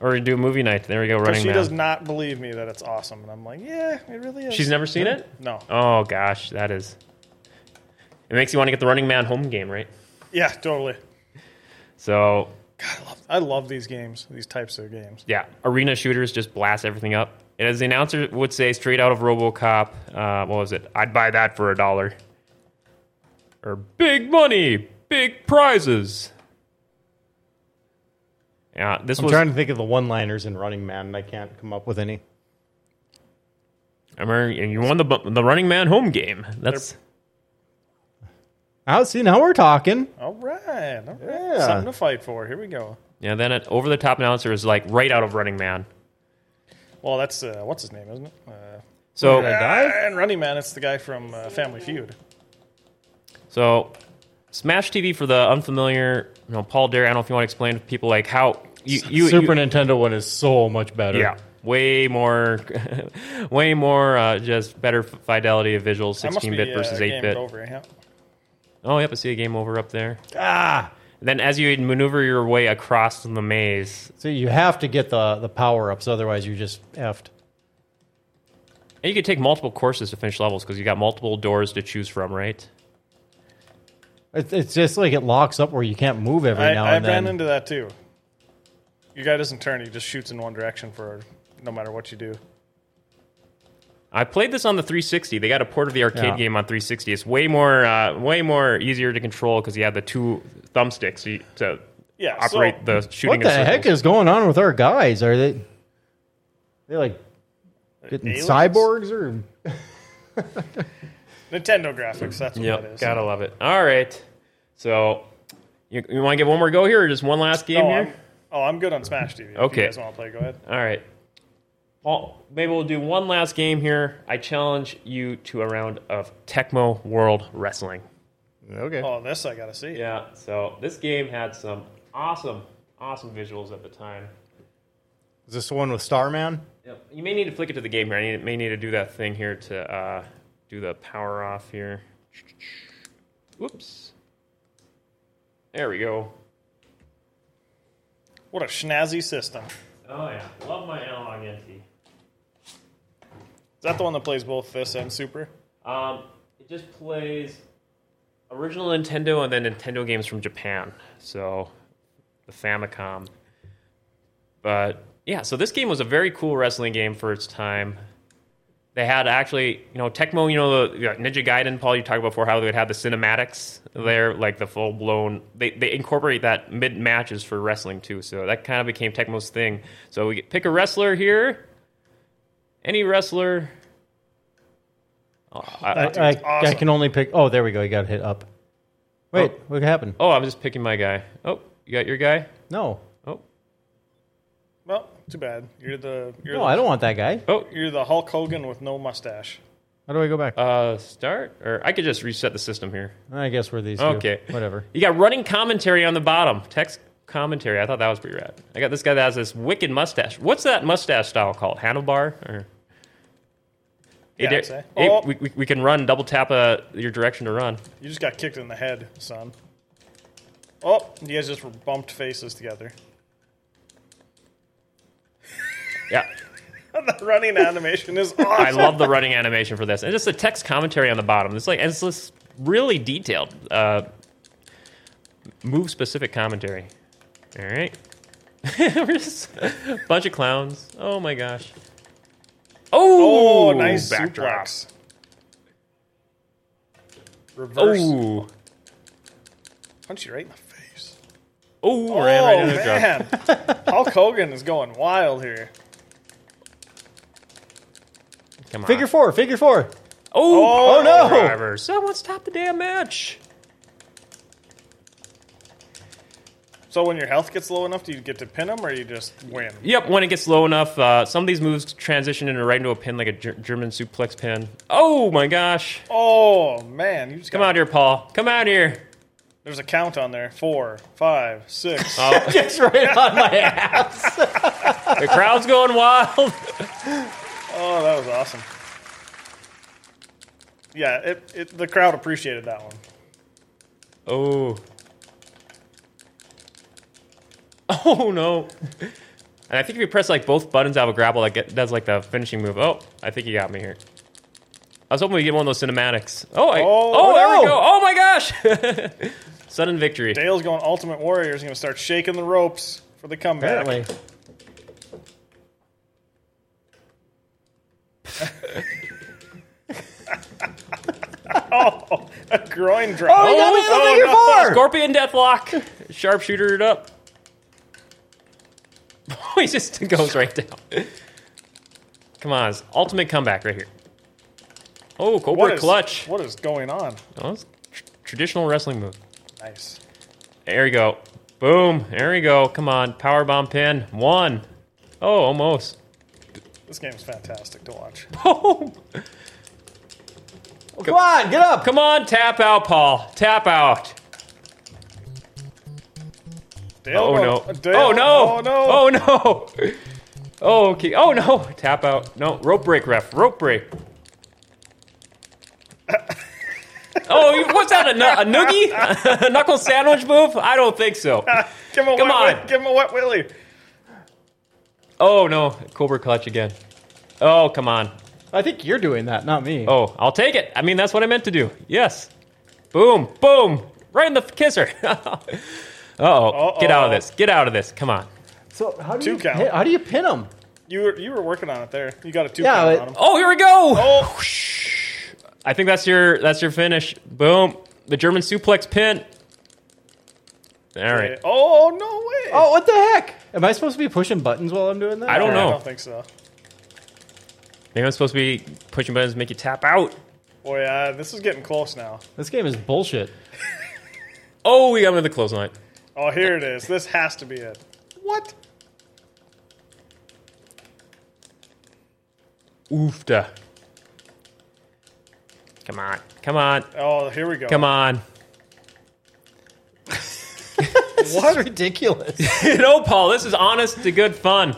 Speaker 1: or do a movie night there we go
Speaker 3: But
Speaker 1: running
Speaker 3: she
Speaker 1: man
Speaker 3: does not believe me that it's awesome, and I'm like, yeah, it really is.
Speaker 1: she's never seen it
Speaker 3: No.
Speaker 1: oh gosh that is it makes you want to get the running man home game right
Speaker 3: Yeah, totally.
Speaker 1: so
Speaker 3: I love these games, these types of games.
Speaker 1: yeah, arena shooters just blast everything up. And as the announcer would say, straight out of RoboCop, uh, what was it? I'd buy that for a dollar. Or big money, big prizes. Yeah, this
Speaker 2: I'm
Speaker 1: was.
Speaker 2: trying to think of the one-liners in Running Man, and I can't come up with any.
Speaker 1: I remember and you won the bu- the Running Man home game. That's
Speaker 2: Oh, see, now we're talking.
Speaker 1: Oh.
Speaker 3: All right, all right.
Speaker 2: Yeah.
Speaker 3: something to fight for. Here we go.
Speaker 1: yeah. Then an over the top announcer is like right out of Running Man.
Speaker 3: Well, that's uh, what's his name, isn't it? Uh,
Speaker 1: So
Speaker 3: and Running Man, it's the guy from uh, Family Feud.
Speaker 1: So, Smash TV for the unfamiliar. You know, Paul Dare. I don't know if you want to explain to people like how you, you you-
Speaker 2: Super Nintendo one is so much better.
Speaker 1: Yeah, way more, way more, uh, just better f- fidelity of visuals,
Speaker 3: That must
Speaker 1: 16 bit
Speaker 3: be, uh,
Speaker 1: versus
Speaker 3: gamed
Speaker 1: 8 bit.
Speaker 3: Over, yeah.
Speaker 1: Oh, yep, I see a game over up there. Ah. Then as you maneuver your way across the maze,
Speaker 2: So you have to get the the power ups, otherwise you're just effed.
Speaker 1: and you can take multiple courses to finish levels because you got multiple doors to choose from, right?
Speaker 2: It's, it's just like it locks up where you can't move every
Speaker 3: I,
Speaker 2: now
Speaker 3: I
Speaker 2: and then.
Speaker 3: ran into that too. Your guy doesn't turn; he just shoots in one direction for no matter what you do.
Speaker 1: I played this on the 360. They got a port of the arcade
Speaker 2: Yeah.
Speaker 1: game on 360. It's way more, uh, way more easier to control because you have the two thumbsticks you- to
Speaker 3: Yeah, so-
Speaker 1: operate the shooting.
Speaker 2: what the
Speaker 1: in circles.
Speaker 2: heck is going on with our guys? Are they they like getting
Speaker 3: Aliens?
Speaker 2: cyborgs or
Speaker 3: Nintendo graphics. That's what
Speaker 1: Yep,
Speaker 3: that is.
Speaker 1: gotta love it. All right, so you, you want to get one more go here, or just one last game
Speaker 3: Oh,
Speaker 1: here?
Speaker 3: I'm, oh, I'm good on Smash TV. If
Speaker 1: Okay.
Speaker 3: you guys want to play? Go ahead.
Speaker 1: All right, Paul. Maybe we'll do one last game here. I challenge you to a round of Tecmo World Wrestling.
Speaker 2: okay?
Speaker 3: Oh, this I gotta see.
Speaker 1: Yeah. So this game had some awesome, awesome visuals at the time.
Speaker 2: Is this the one with Starman?
Speaker 1: Yep. You may need to flick it to the game here. I need, may need to do that thing here to uh, do the power off here. Whoops. There we go.
Speaker 3: What a schnazzy system. Is
Speaker 1: Oh yeah, love my analog NT.
Speaker 3: that the one that plays both this and Super?
Speaker 1: Um, it just plays original Nintendo and then Nintendo games from Japan. So the Famicom. But yeah, so this game was a very cool wrestling game for its time. They had actually, you know, Tecmo, you know, the, the Ninja Gaiden, Paul, you talked about before how they would have the cinematics there, like the full blown. They, they incorporate that mid matches for wrestling too. So that kind of became Tecmo's thing. So we pick a wrestler here, any wrestler. Oh, I-
Speaker 2: I, I, I
Speaker 3: awesome.
Speaker 2: can only pick. Oh, there we go. You got to hit up. Wait, what happened?
Speaker 1: oh, I'm just picking my guy. Oh, you got your guy?
Speaker 2: No,
Speaker 1: Oh,
Speaker 3: Well, too bad. You're the you're
Speaker 2: no,
Speaker 3: the,
Speaker 2: Oh, I don't want that guy.
Speaker 3: You're the Hulk Hogan with no mustache.
Speaker 2: How do I go back?
Speaker 1: uh, start? Or I could just reset the system here.
Speaker 2: I guess we're these. two.
Speaker 1: Okay.
Speaker 2: whatever.
Speaker 1: You got running commentary on the bottom. Text commentary. I thought that was pretty rad. I got this guy that has this wicked mustache. What's that mustache style called? Handlebar? Or... Hey,
Speaker 3: Yeah,
Speaker 1: there-
Speaker 3: I'd say.
Speaker 1: hey,
Speaker 3: Oh.
Speaker 1: we, we, we can run, double tap uh, your direction to run.
Speaker 3: You just got kicked in the head, son. Oh, you guys just were bumped faces together.
Speaker 1: Yeah.
Speaker 3: the running animation is awesome.
Speaker 1: I love the running animation for this. And just the text commentary on the bottom. It's like, it's this really detailed, uh, move specific commentary. All right. We're just a bunch of clowns. Oh my gosh. Oh,
Speaker 3: Oh, nice
Speaker 1: backdrop.
Speaker 3: suplex. Reverse.
Speaker 1: Oh,
Speaker 3: Punch you right in the face.
Speaker 1: oh,
Speaker 3: Oh,
Speaker 1: ran right into the truck.
Speaker 3: man. Hulk Hogan is going wild here.
Speaker 1: Come on.
Speaker 2: Figure four. Figure four.
Speaker 1: Oh,
Speaker 3: Oh, no.
Speaker 1: driver. Someone stop the damn match.
Speaker 3: So when your health gets low enough, do you get to pin him or you just win?
Speaker 1: Yep, when it gets low enough, uh, some of these moves transition into right into a pin, like a Ger- German suplex pin. Oh my gosh.
Speaker 3: Oh, man. You just
Speaker 1: Come
Speaker 3: got,
Speaker 1: out here, Paul. Come out here.
Speaker 3: There's a count on there. Four, five, six.
Speaker 1: Oh.
Speaker 2: That's right on my ass.
Speaker 1: The crowd's going wild.
Speaker 3: Oh, that was awesome. Yeah, it, it, the crowd appreciated that one.
Speaker 1: Oh. Oh no. And I think if you press like both buttons out of a grapple, that get, does like the finishing move. Oh, I think you got me here. I was hoping we get one of those cinematics. Oh, I, oh,
Speaker 3: Oh,
Speaker 1: there we
Speaker 2: no.
Speaker 1: go. Oh my gosh. Sudden victory.
Speaker 3: Dale's going Ultimate Warrior. He's going to start shaking the ropes for the comeback.
Speaker 2: Apparently.
Speaker 3: A groin drop.
Speaker 2: Oh, he got me with a figure four.
Speaker 1: Scorpion Deathlock. Sharpshooter it up. he just goes right down. Come on, it's ultimate comeback right here. Oh, Cobra
Speaker 3: What is-
Speaker 1: Clutch.
Speaker 3: What is going on?
Speaker 1: Oh, that's tr- traditional wrestling move.
Speaker 3: Nice.
Speaker 1: There we go. Boom. There we go. Come on. Power bomb pin. One. Oh, almost.
Speaker 3: This game's fantastic to watch.
Speaker 1: Boom.
Speaker 2: Come on, get up.
Speaker 1: Come on, tap out, Paul. Tap out.
Speaker 3: Dale
Speaker 1: Oh
Speaker 3: go-
Speaker 1: no.
Speaker 3: Dale,
Speaker 1: Oh no.
Speaker 3: Oh no.
Speaker 1: Oh no. Oh, okay. Oh no. Tap out. No. Rope break, ref. Rope break. oh, you- what's that? A, nu- a noogie? a knuckle sandwich move? I don't think so.
Speaker 3: Give him a
Speaker 1: Come
Speaker 3: wet,
Speaker 1: on.
Speaker 3: wi- Give him a wet willy.
Speaker 1: Oh no. Cobra clutch again. Oh, come on.
Speaker 2: I think you're doing that, not me.
Speaker 1: Oh, I'll take it. I mean, that's what I meant to do. Yes. Boom, boom. Right in the kisser. Uh-oh. Get out of this. Get out of this. Come on.
Speaker 2: So how do
Speaker 3: Two
Speaker 2: you
Speaker 3: count.
Speaker 2: hit- how do you pin him?
Speaker 3: You were you were working on it there. You got a two
Speaker 2: Yeah,
Speaker 3: count
Speaker 2: but-
Speaker 3: on him.
Speaker 1: Oh, here we go.
Speaker 3: Oh,
Speaker 1: I think that's your that's your finish. Boom. The German suplex pin. All right.
Speaker 3: oh no way.
Speaker 2: Oh, what the heck? Am I supposed to be pushing buttons while I'm doing that?
Speaker 1: I don't
Speaker 3: I
Speaker 1: know.
Speaker 3: don't think so.
Speaker 1: Maybe I'm supposed to be pushing buttons to make you tap out.
Speaker 3: Boy, uh, this is getting close now.
Speaker 2: This game is bullshit.
Speaker 1: Oh, we got me with the clothesline.
Speaker 3: Oh, here it is. This has to be it.
Speaker 2: What?
Speaker 1: Oofda. Come on. Come on.
Speaker 3: Oh, here we go.
Speaker 1: Come on.
Speaker 2: This is ridiculous.
Speaker 1: you know, Paul, this is honest to good fun.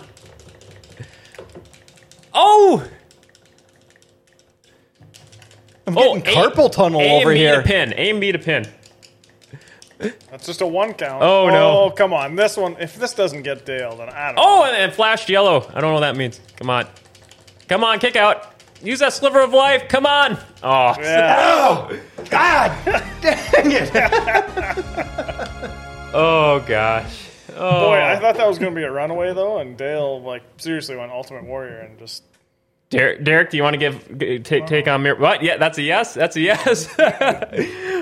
Speaker 1: Oh!
Speaker 2: I'm
Speaker 1: Oh,
Speaker 2: getting carpal tunnel
Speaker 1: Aim
Speaker 2: over
Speaker 1: me
Speaker 2: here.
Speaker 1: to pin. Aim me to pin.
Speaker 3: That's just a one count.
Speaker 1: Oh, no.
Speaker 3: Oh, come on. This one. If this doesn't get Dale, then I don't.
Speaker 1: Oh, and, and flashed yellow. I don't know what that means. Come on. Come on, kick out. Use that sliver of life. Come on. Oh, oh gosh.
Speaker 3: Boy,
Speaker 1: Oh.
Speaker 3: I thought that was going to be a runaway though, and Dale like seriously went Ultimate Warrior and just
Speaker 1: Derek, Derek, do you want to give g-
Speaker 3: Oh.
Speaker 1: take take on Mir? What? Yeah, that's a yes. That's a yes.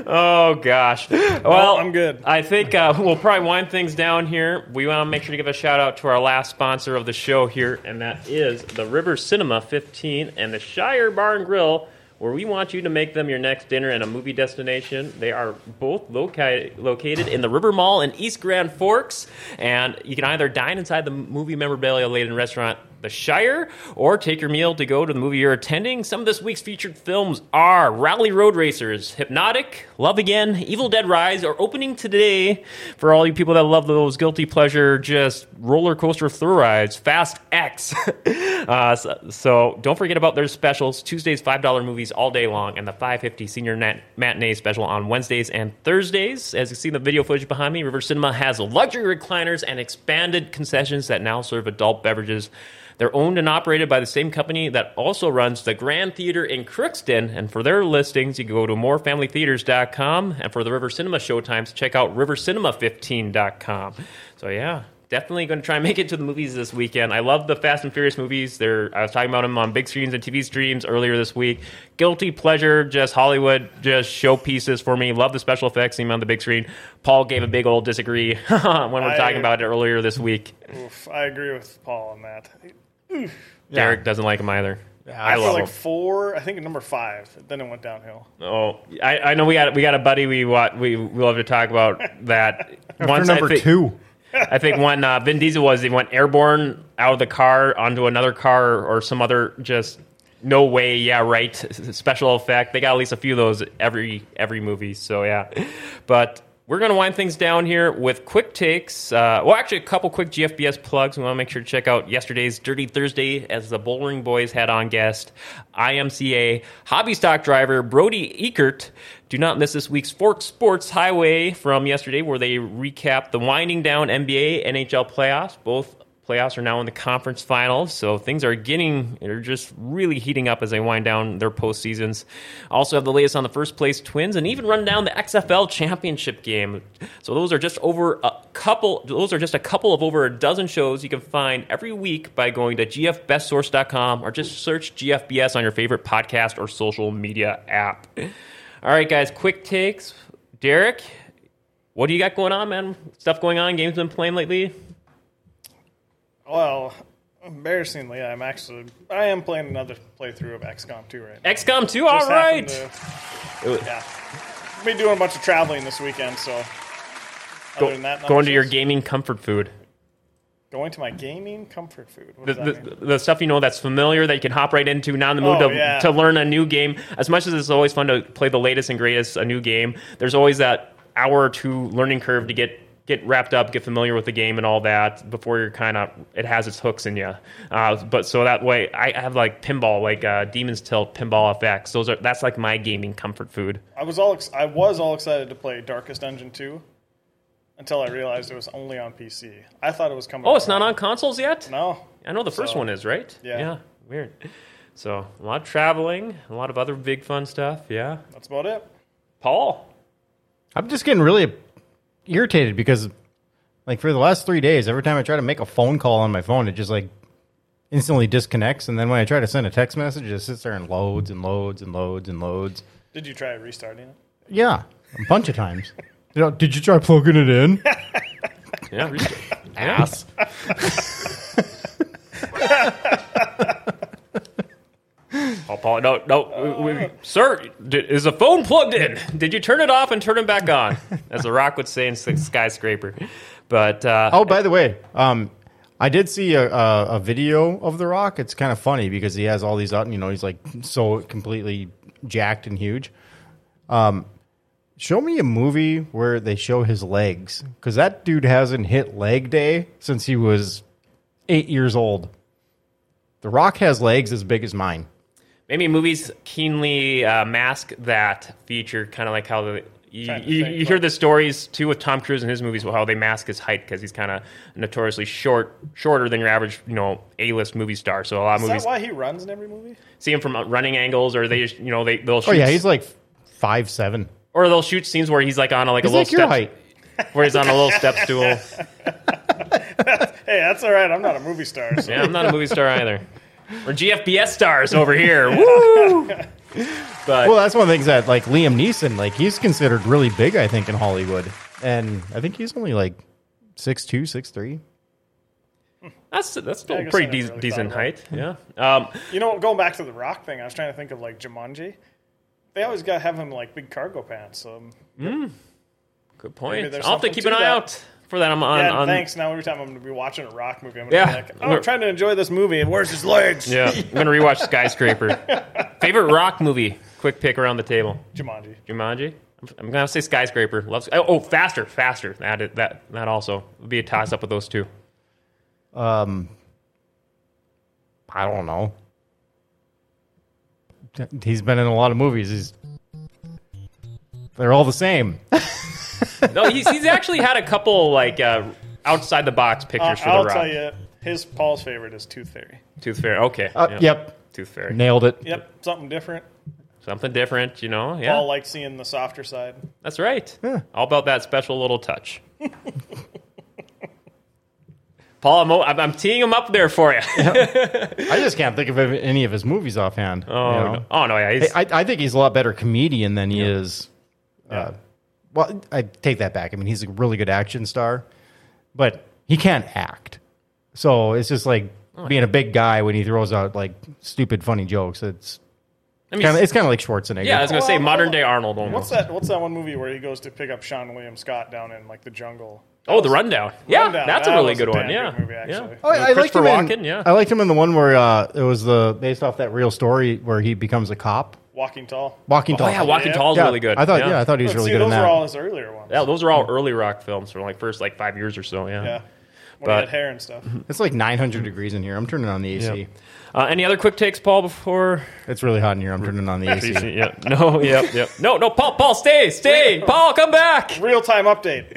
Speaker 1: oh gosh. Well,
Speaker 3: I'm good.
Speaker 1: I think uh, we'll probably wind things down here. We want to make sure to give a shout out to our last sponsor of the show here, and that is the River Cinema 15 and the Shire Bar and Grill, where we want you to make them your next dinner and a movie destination. They are both located located in the River Mall in East Grand Forks, and you can either dine inside the movie memorabilia laden restaurant the Shire, or take your meal to go to the movie you're attending. Some of this week's featured films are Rally Road Racers, Hypnotic, Love Again, Evil Dead Rise are opening today for all you people that love those guilty pleasure, just roller coaster thrill rides, Fast X. uh, so, so don't forget about their specials. Tuesdays, $5 movies all day long, and the 550 senior nat- matinee special on Wednesdays and Thursdays. As you see in the video footage behind me, River Cinema has luxury recliners and expanded concessions that now serve adult beverages. They're owned and operated by the same company that also runs the Grand Theater in Crookston. And for their listings, you can go to morefamilytheaters.com. And for the River Cinema showtimes, check out rivercinema15.com. So, yeah. Definitely going to try and make it to the movies this weekend. I love the Fast and Furious movies. They're, I was talking about them on big screens and TV streams earlier this week. Guilty pleasure, just Hollywood, just showpieces for me. Love the special effects team on the big screen. Paul gave a big old disagree when we we're talking
Speaker 3: I-
Speaker 1: about it earlier this week.
Speaker 3: oof, I agree with Paul on that.
Speaker 1: Derek doesn't like him either. I
Speaker 3: After
Speaker 1: love
Speaker 3: like
Speaker 1: him.
Speaker 3: four, I think number five, then it went downhill.
Speaker 1: Oh, I, I know we got we got a buddy we want, we we love to talk about that.
Speaker 2: After
Speaker 1: I
Speaker 2: number
Speaker 1: think,
Speaker 2: two.
Speaker 1: I think when uh, Vin Diesel was, he went airborne out of the car onto another car or some other just no way, yeah, right special effect. They got at least a few of those every every movie. So yeah, but. We're going to wind things down here with quick takes. Uh, well, actually, a couple quick GFBS plugs. We want to make sure to check out yesterday's Dirty Thursday as the Bowling Boys had on guest IMCA hobby stock driver Brody Eckert. Do not miss this week's Fork Sports Highway from yesterday, where they recap the winding down NBA, NHL playoffs. Both playoffs are now in the conference finals, so things are getting they're just really heating up as they wind down their postseasons. Also have the latest on the first place Twins, and even run down the XFL championship game. So those are just over a couple. Those are just a couple of over a dozen shows you can find every week by going to gfbestsource.com or just search GFBS on your favorite podcast or social media app. All right, guys, quick takes. Derek, what do you got going on, man? Stuff going on? Games been playing lately?
Speaker 3: Well, embarrassingly, I'm actually I am playing another playthrough of XCOM 2 right now.
Speaker 1: XCOM 2, all
Speaker 3: Just happened
Speaker 1: right.
Speaker 3: to- yeah, be doing a bunch of traveling this weekend, so other
Speaker 1: Go-
Speaker 3: than that, not
Speaker 1: going
Speaker 3: much
Speaker 1: to your
Speaker 3: else.
Speaker 1: gaming comfort food.
Speaker 3: going to my gaming comfort food. What
Speaker 1: The,
Speaker 3: does that mean?
Speaker 1: the, the stuff you know that's familiar that you can hop right into, not in the mood
Speaker 3: Oh,
Speaker 1: to,
Speaker 3: yeah.
Speaker 1: to learn a new game. As much as it's always fun to play the latest and greatest, a new game, there's always that hour or two learning curve to get get wrapped up, get familiar with the game and all that before you're kind of it has its hooks in you. Uh, but so that way, I have like pinball, like uh, Demon's Tilt, Pinball FX. Those are that's like my gaming comfort food.
Speaker 3: I was all ex- I was all excited to play Darkest Dungeon 2 until I realized it was only on PC. I thought it was coming.
Speaker 1: Oh, it's
Speaker 3: out.
Speaker 1: not on consoles yet.
Speaker 3: No,
Speaker 1: I know the first
Speaker 3: So-
Speaker 1: one is right.
Speaker 3: Yeah.
Speaker 1: Weird. So a lot of traveling, a lot of other big fun stuff. Yeah.
Speaker 3: that's about it.
Speaker 1: Paul.
Speaker 2: I'm just getting really irritated because, like, for the last three days, every time I try to make a phone call on my phone, it just like instantly disconnects. And then when I try to send a text message, it just sits there and loads and loads and loads and loads.
Speaker 3: Did you try restarting it?
Speaker 2: Yeah, a bunch of times. You know, did you try plugging it in?
Speaker 1: Yeah. Restart. Ass. Paul, Paul, no, no, we, we, sir, d- is the phone plugged in? Did you turn it off and turn it back on, as The Rock would say in Sky- Skyscraper? But uh,
Speaker 2: Oh, by the way, um, I did see a, a, a video of The Rock. It's kind of funny because he has all these out, and you know, he's like so completely jacked and huge. Um, show me a movie where they show his legs because that dude hasn't hit leg day since he was eight years old. The Rock has legs as big as mine.
Speaker 1: maybe movies keenly uh, mask that feature, kind of like how the You,
Speaker 3: Trying to
Speaker 1: you,
Speaker 3: think,
Speaker 1: you hear
Speaker 3: like-
Speaker 1: the stories too with Tom Cruise in his movies about how they mask his height because he's kind of notoriously short, shorter than your average, you know, A-list movie star. So a lot of
Speaker 3: Is
Speaker 1: movies
Speaker 3: that why he runs in every movie?
Speaker 1: see him from uh, running angles, or they, just, you know, they they'll shoot,
Speaker 2: Oh yeah, he's like five seven.
Speaker 1: or they'll shoot scenes where he's like on a, like
Speaker 2: He's
Speaker 1: a little
Speaker 2: like your
Speaker 1: step,
Speaker 2: height.
Speaker 1: where he's on a little step stool.
Speaker 3: Hey, that's all right. I'm not a movie star. So.
Speaker 1: Yeah, I'm not a movie star either. We're GFBS stars over here. Woo! But
Speaker 2: Well, that's one of the things that like Liam Neeson, like he's considered really big, I think, in Hollywood, and I think he's only like six two, six three.
Speaker 1: that's that's still
Speaker 3: I
Speaker 1: a
Speaker 3: guess I
Speaker 1: pretty
Speaker 3: never
Speaker 1: de-
Speaker 3: really
Speaker 1: decent
Speaker 3: thought
Speaker 1: height. Yeah. Um,
Speaker 3: You know, going back to the rock thing, I was trying to think of like Jumanji. They always got to have him in, like big cargo pants. Um,
Speaker 1: good point.
Speaker 3: there's
Speaker 1: I'll have to
Speaker 3: something
Speaker 1: keep
Speaker 3: to
Speaker 1: an eye
Speaker 3: that.
Speaker 1: out for that. I'm on.
Speaker 3: yeah,
Speaker 1: on
Speaker 3: thanks. Now every time I'm going to be watching a rock movie, I'm going to
Speaker 1: Yeah.
Speaker 3: be like, oh, I'm trying to enjoy this movie. And where's his legs?
Speaker 1: Yeah, I'm gonna rewatch Skyscraper. Favorite rock movie? Quick pick around the table.
Speaker 3: Jumanji.
Speaker 1: Jumanji. I'm- I'm gonna say Skyscraper. Love. Oh, oh, faster, faster. That is- that that also would be a toss up with those two.
Speaker 2: I don't know. He's been in a lot of movies. He's they're all the same.
Speaker 1: No, he's, he's actually had a couple like uh, outside the box
Speaker 3: Uh,
Speaker 1: pictures for
Speaker 3: I'll
Speaker 1: the Rock.
Speaker 3: tell you, his Paul's favorite is Tooth Fairy.
Speaker 1: Tooth Fairy. Okay.
Speaker 2: Uh,
Speaker 1: Yep.
Speaker 2: Yep,
Speaker 1: Tooth Fairy.
Speaker 2: nailed it.
Speaker 3: Yep, something different.
Speaker 1: Something different, you know? Yeah.
Speaker 3: Paul liked seeing the softer side.
Speaker 1: that's right. All about that special little touch. Paul, I'm, o- I'm, I'm teeing him up there for you.
Speaker 2: I just can't think of any of his movies offhand.
Speaker 1: Oh, no. oh, no. Yeah. He's,
Speaker 2: I, I think he's a lot better comedian than he is. Uh, well, I take that back. I mean, he's a really good action star, but he can't act. So it's just like
Speaker 1: Oh,
Speaker 2: being a big guy when he throws out like stupid, funny jokes. It's
Speaker 1: I mean,
Speaker 2: kind of it's kind of like Schwarzenegger.
Speaker 1: yeah, I was going to say
Speaker 3: Well,
Speaker 1: modern day Arnold almost.
Speaker 3: What's that? What's that one movie where he goes to pick up Sean William Scott down in like the jungle?
Speaker 1: Oh, The Rundown. Yeah.
Speaker 3: Rundown.
Speaker 1: That's a
Speaker 3: That
Speaker 1: really
Speaker 3: was
Speaker 1: good
Speaker 3: damn
Speaker 1: one. Yeah.
Speaker 3: movie,
Speaker 1: yeah.
Speaker 3: actually.
Speaker 2: Oh, I, I liked him.
Speaker 1: Christopher
Speaker 2: In,
Speaker 1: Walken, yeah.
Speaker 2: I liked him in the one where uh, it was the based off that real story where he becomes a cop,
Speaker 3: Walking Tall.
Speaker 2: Walking
Speaker 1: Oh,
Speaker 2: Tall.
Speaker 1: yeah. Walking
Speaker 3: Yeah.
Speaker 1: Tall's
Speaker 2: Yeah,
Speaker 1: really good.
Speaker 2: I thought, yeah. I thought he was
Speaker 3: But
Speaker 2: really
Speaker 3: see,
Speaker 2: good in
Speaker 3: those
Speaker 2: that.
Speaker 3: were all his earlier ones.
Speaker 1: Yeah, those are all early rock films from like first like five years or so.
Speaker 3: yeah, when
Speaker 1: But-
Speaker 3: he had hair and stuff.
Speaker 2: It's like 900 degrees in here. I'm turning on the AC.
Speaker 1: Uh, any other quick takes, Paul, before
Speaker 2: It's really hot in here. I'm turning on the AC.
Speaker 1: yeah. No, yep, yep. No, no, Paul, Paul, stay, stay. Paul, come back.
Speaker 3: Real time update.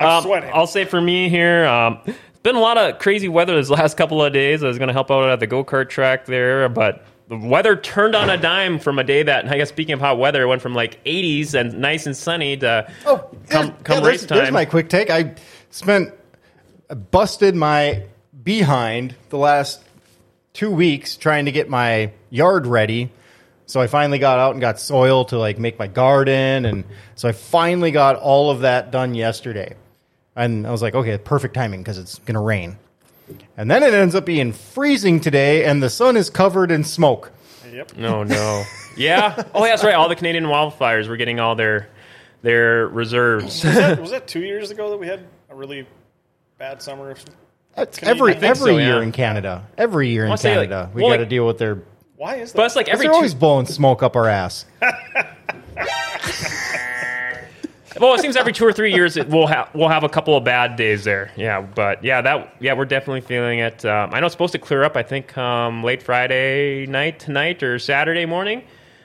Speaker 3: I'm
Speaker 1: Um,
Speaker 3: sweating.
Speaker 1: I'll say for me here, um, it's been a lot of crazy weather this last couple of days. I was going to help out at the go kart track there, but the weather turned on a dime from a day that, I guess, speaking of hot weather, it went from like 80s and nice and sunny to
Speaker 2: Oh.
Speaker 1: come,
Speaker 2: There's-
Speaker 1: come
Speaker 2: yeah,
Speaker 1: race
Speaker 2: there's,
Speaker 1: time.
Speaker 2: There's my quick take. I spent I busted my behind the last two weeks trying to get my yard ready. So I finally got out and got soil to like make my garden, and so I finally got all of that done yesterday. And I was like, okay, perfect timing because it's gonna rain. And then it ends up being freezing today, and the sun is covered in smoke.
Speaker 3: yep.
Speaker 1: No, no. yeah. Oh, yeah, that's right. All the Canadian wildfires were getting all their their reserves.
Speaker 3: Was that, was that two years ago that we had a really bad summer?
Speaker 2: That's
Speaker 3: Can you-
Speaker 2: every
Speaker 3: I think
Speaker 2: every
Speaker 1: so, yeah.
Speaker 2: year in Canada. Every year in
Speaker 1: wanna say, like,
Speaker 2: Canada, we
Speaker 1: well,
Speaker 2: got to
Speaker 1: like-
Speaker 2: deal with their
Speaker 3: Why is that?
Speaker 1: But it's like every
Speaker 2: they're
Speaker 1: two-
Speaker 2: always blowing smoke up our ass.
Speaker 1: well, it seems every two or three years it, we'll have we'll have a couple of bad days there. Yeah, but yeah, that yeah we're definitely feeling it. Um, I know it's supposed to clear up. I think um, late Friday night tonight or Saturday morning.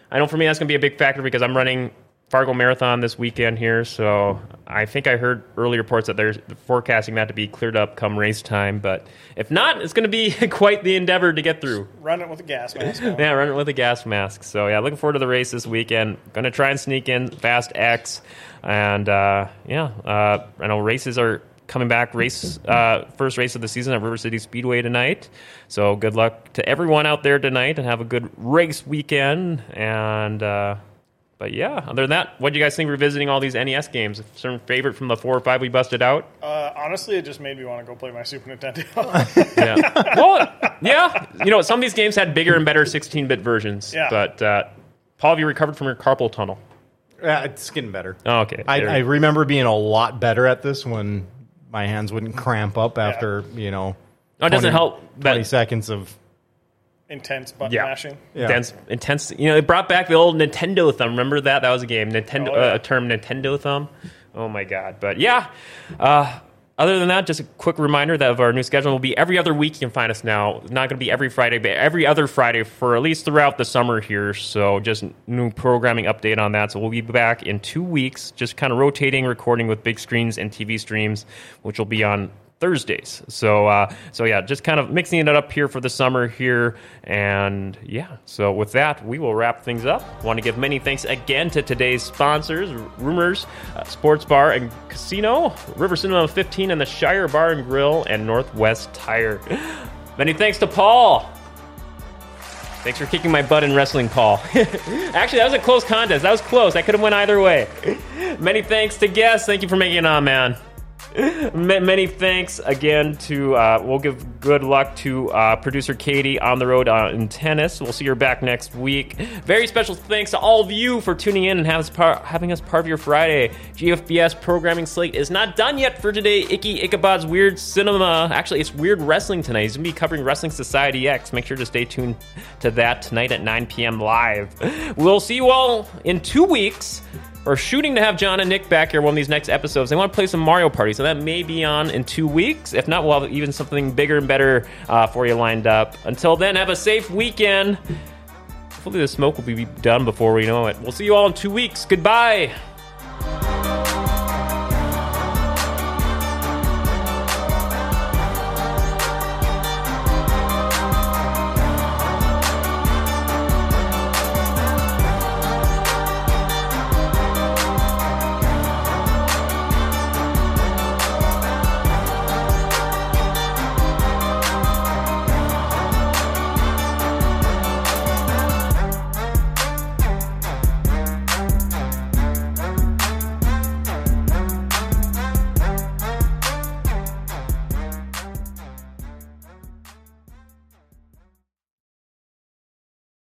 Speaker 1: I know for me that's going to be a big factor because I'm running Fargo Marathon this weekend here. So I think I heard early reports that they're forecasting that to be cleared up come race time. But if not, it's going to be quite the endeavor to get through.
Speaker 3: Run it with a gas mask. on.
Speaker 1: Yeah, running with a gas mask. So yeah, looking forward to the race this weekend. Gonna try and sneak in Fast X, and uh, yeah, uh, I know races are coming back. Race uh, first race of the season at River City Speedway tonight. So good luck to everyone out there tonight, and have a good race weekend. And uh, but yeah, other than that, what do you guys think? Revisiting all these NES games, some favorite from the four or five we busted out.
Speaker 3: Uh, honestly, it just made me want to go play my Super Nintendo.
Speaker 1: Yeah. well, yeah. You know, some of these games had bigger and better 16-bit versions.
Speaker 3: Yeah.
Speaker 1: But uh, Paul, have you recovered from your carpal tunnel?
Speaker 2: Yeah, it's getting better.
Speaker 1: Oh, okay.
Speaker 2: I,
Speaker 1: There-
Speaker 2: I remember being a lot better at this when my hands wouldn't cramp up after you know.
Speaker 1: oh, it doesn't help
Speaker 2: Twenty
Speaker 1: that
Speaker 2: seconds of
Speaker 3: Intense button
Speaker 1: Yeah.
Speaker 3: mashing.
Speaker 2: Yeah.
Speaker 1: dense, intense. You know, it brought back the old Nintendo thumb. Remember that? That was a game. Nintendo,
Speaker 3: Oh, yeah.
Speaker 1: uh, a term, Nintendo thumb. Oh my god. But yeah, uh, Other than that, just a quick reminder that of our new schedule will be every other week. You can find us now. Not going to be every Friday, but every other Friday for at least throughout the summer here. So just new programming update on that. So we'll be back in two weeks, just kind of rotating, recording with big screens and TV streams, which will be on Thursdays. So uh, so yeah, just kind of mixing it up here for the summer here, and yeah. So with that, we will wrap things up. Want to give many thanks again to today's sponsors: Rumors uh, Sports Bar and Casino, River Cinema 15, and the Shire Bar and Grill, and Northwest Tire. many thanks to Paul. Thanks for kicking my butt in wrestling, Paul. Actually, that was a close contest. That was close. That could have went either way. Many thanks to guests. Thank you for making it on, man. Ma- Many thanks again to. Uh, we'll give good luck to uh, producer Katie on the road uh, in tennis. We'll see her back next week. Very special thanks to all of you for tuning in and have us par- having us part of your Friday. GFBS programming slate is not done yet for today. Icky Ichabod's weird cinema. Actually, it's weird wrestling tonight. He's gonna be covering Wrestling Society X. Make sure to stay tuned to that tonight at 9 p.m. live. We'll see you all in two weeks are shooting to have John and Nick back here one of these next episodes. They want to play some Mario Party, so that may be on in two weeks. If not, we'll have even something bigger and better uh, for you lined up. Until then, have a safe weekend. Hopefully, the smoke will be done before we know it. We'll see you all in two weeks. Goodbye.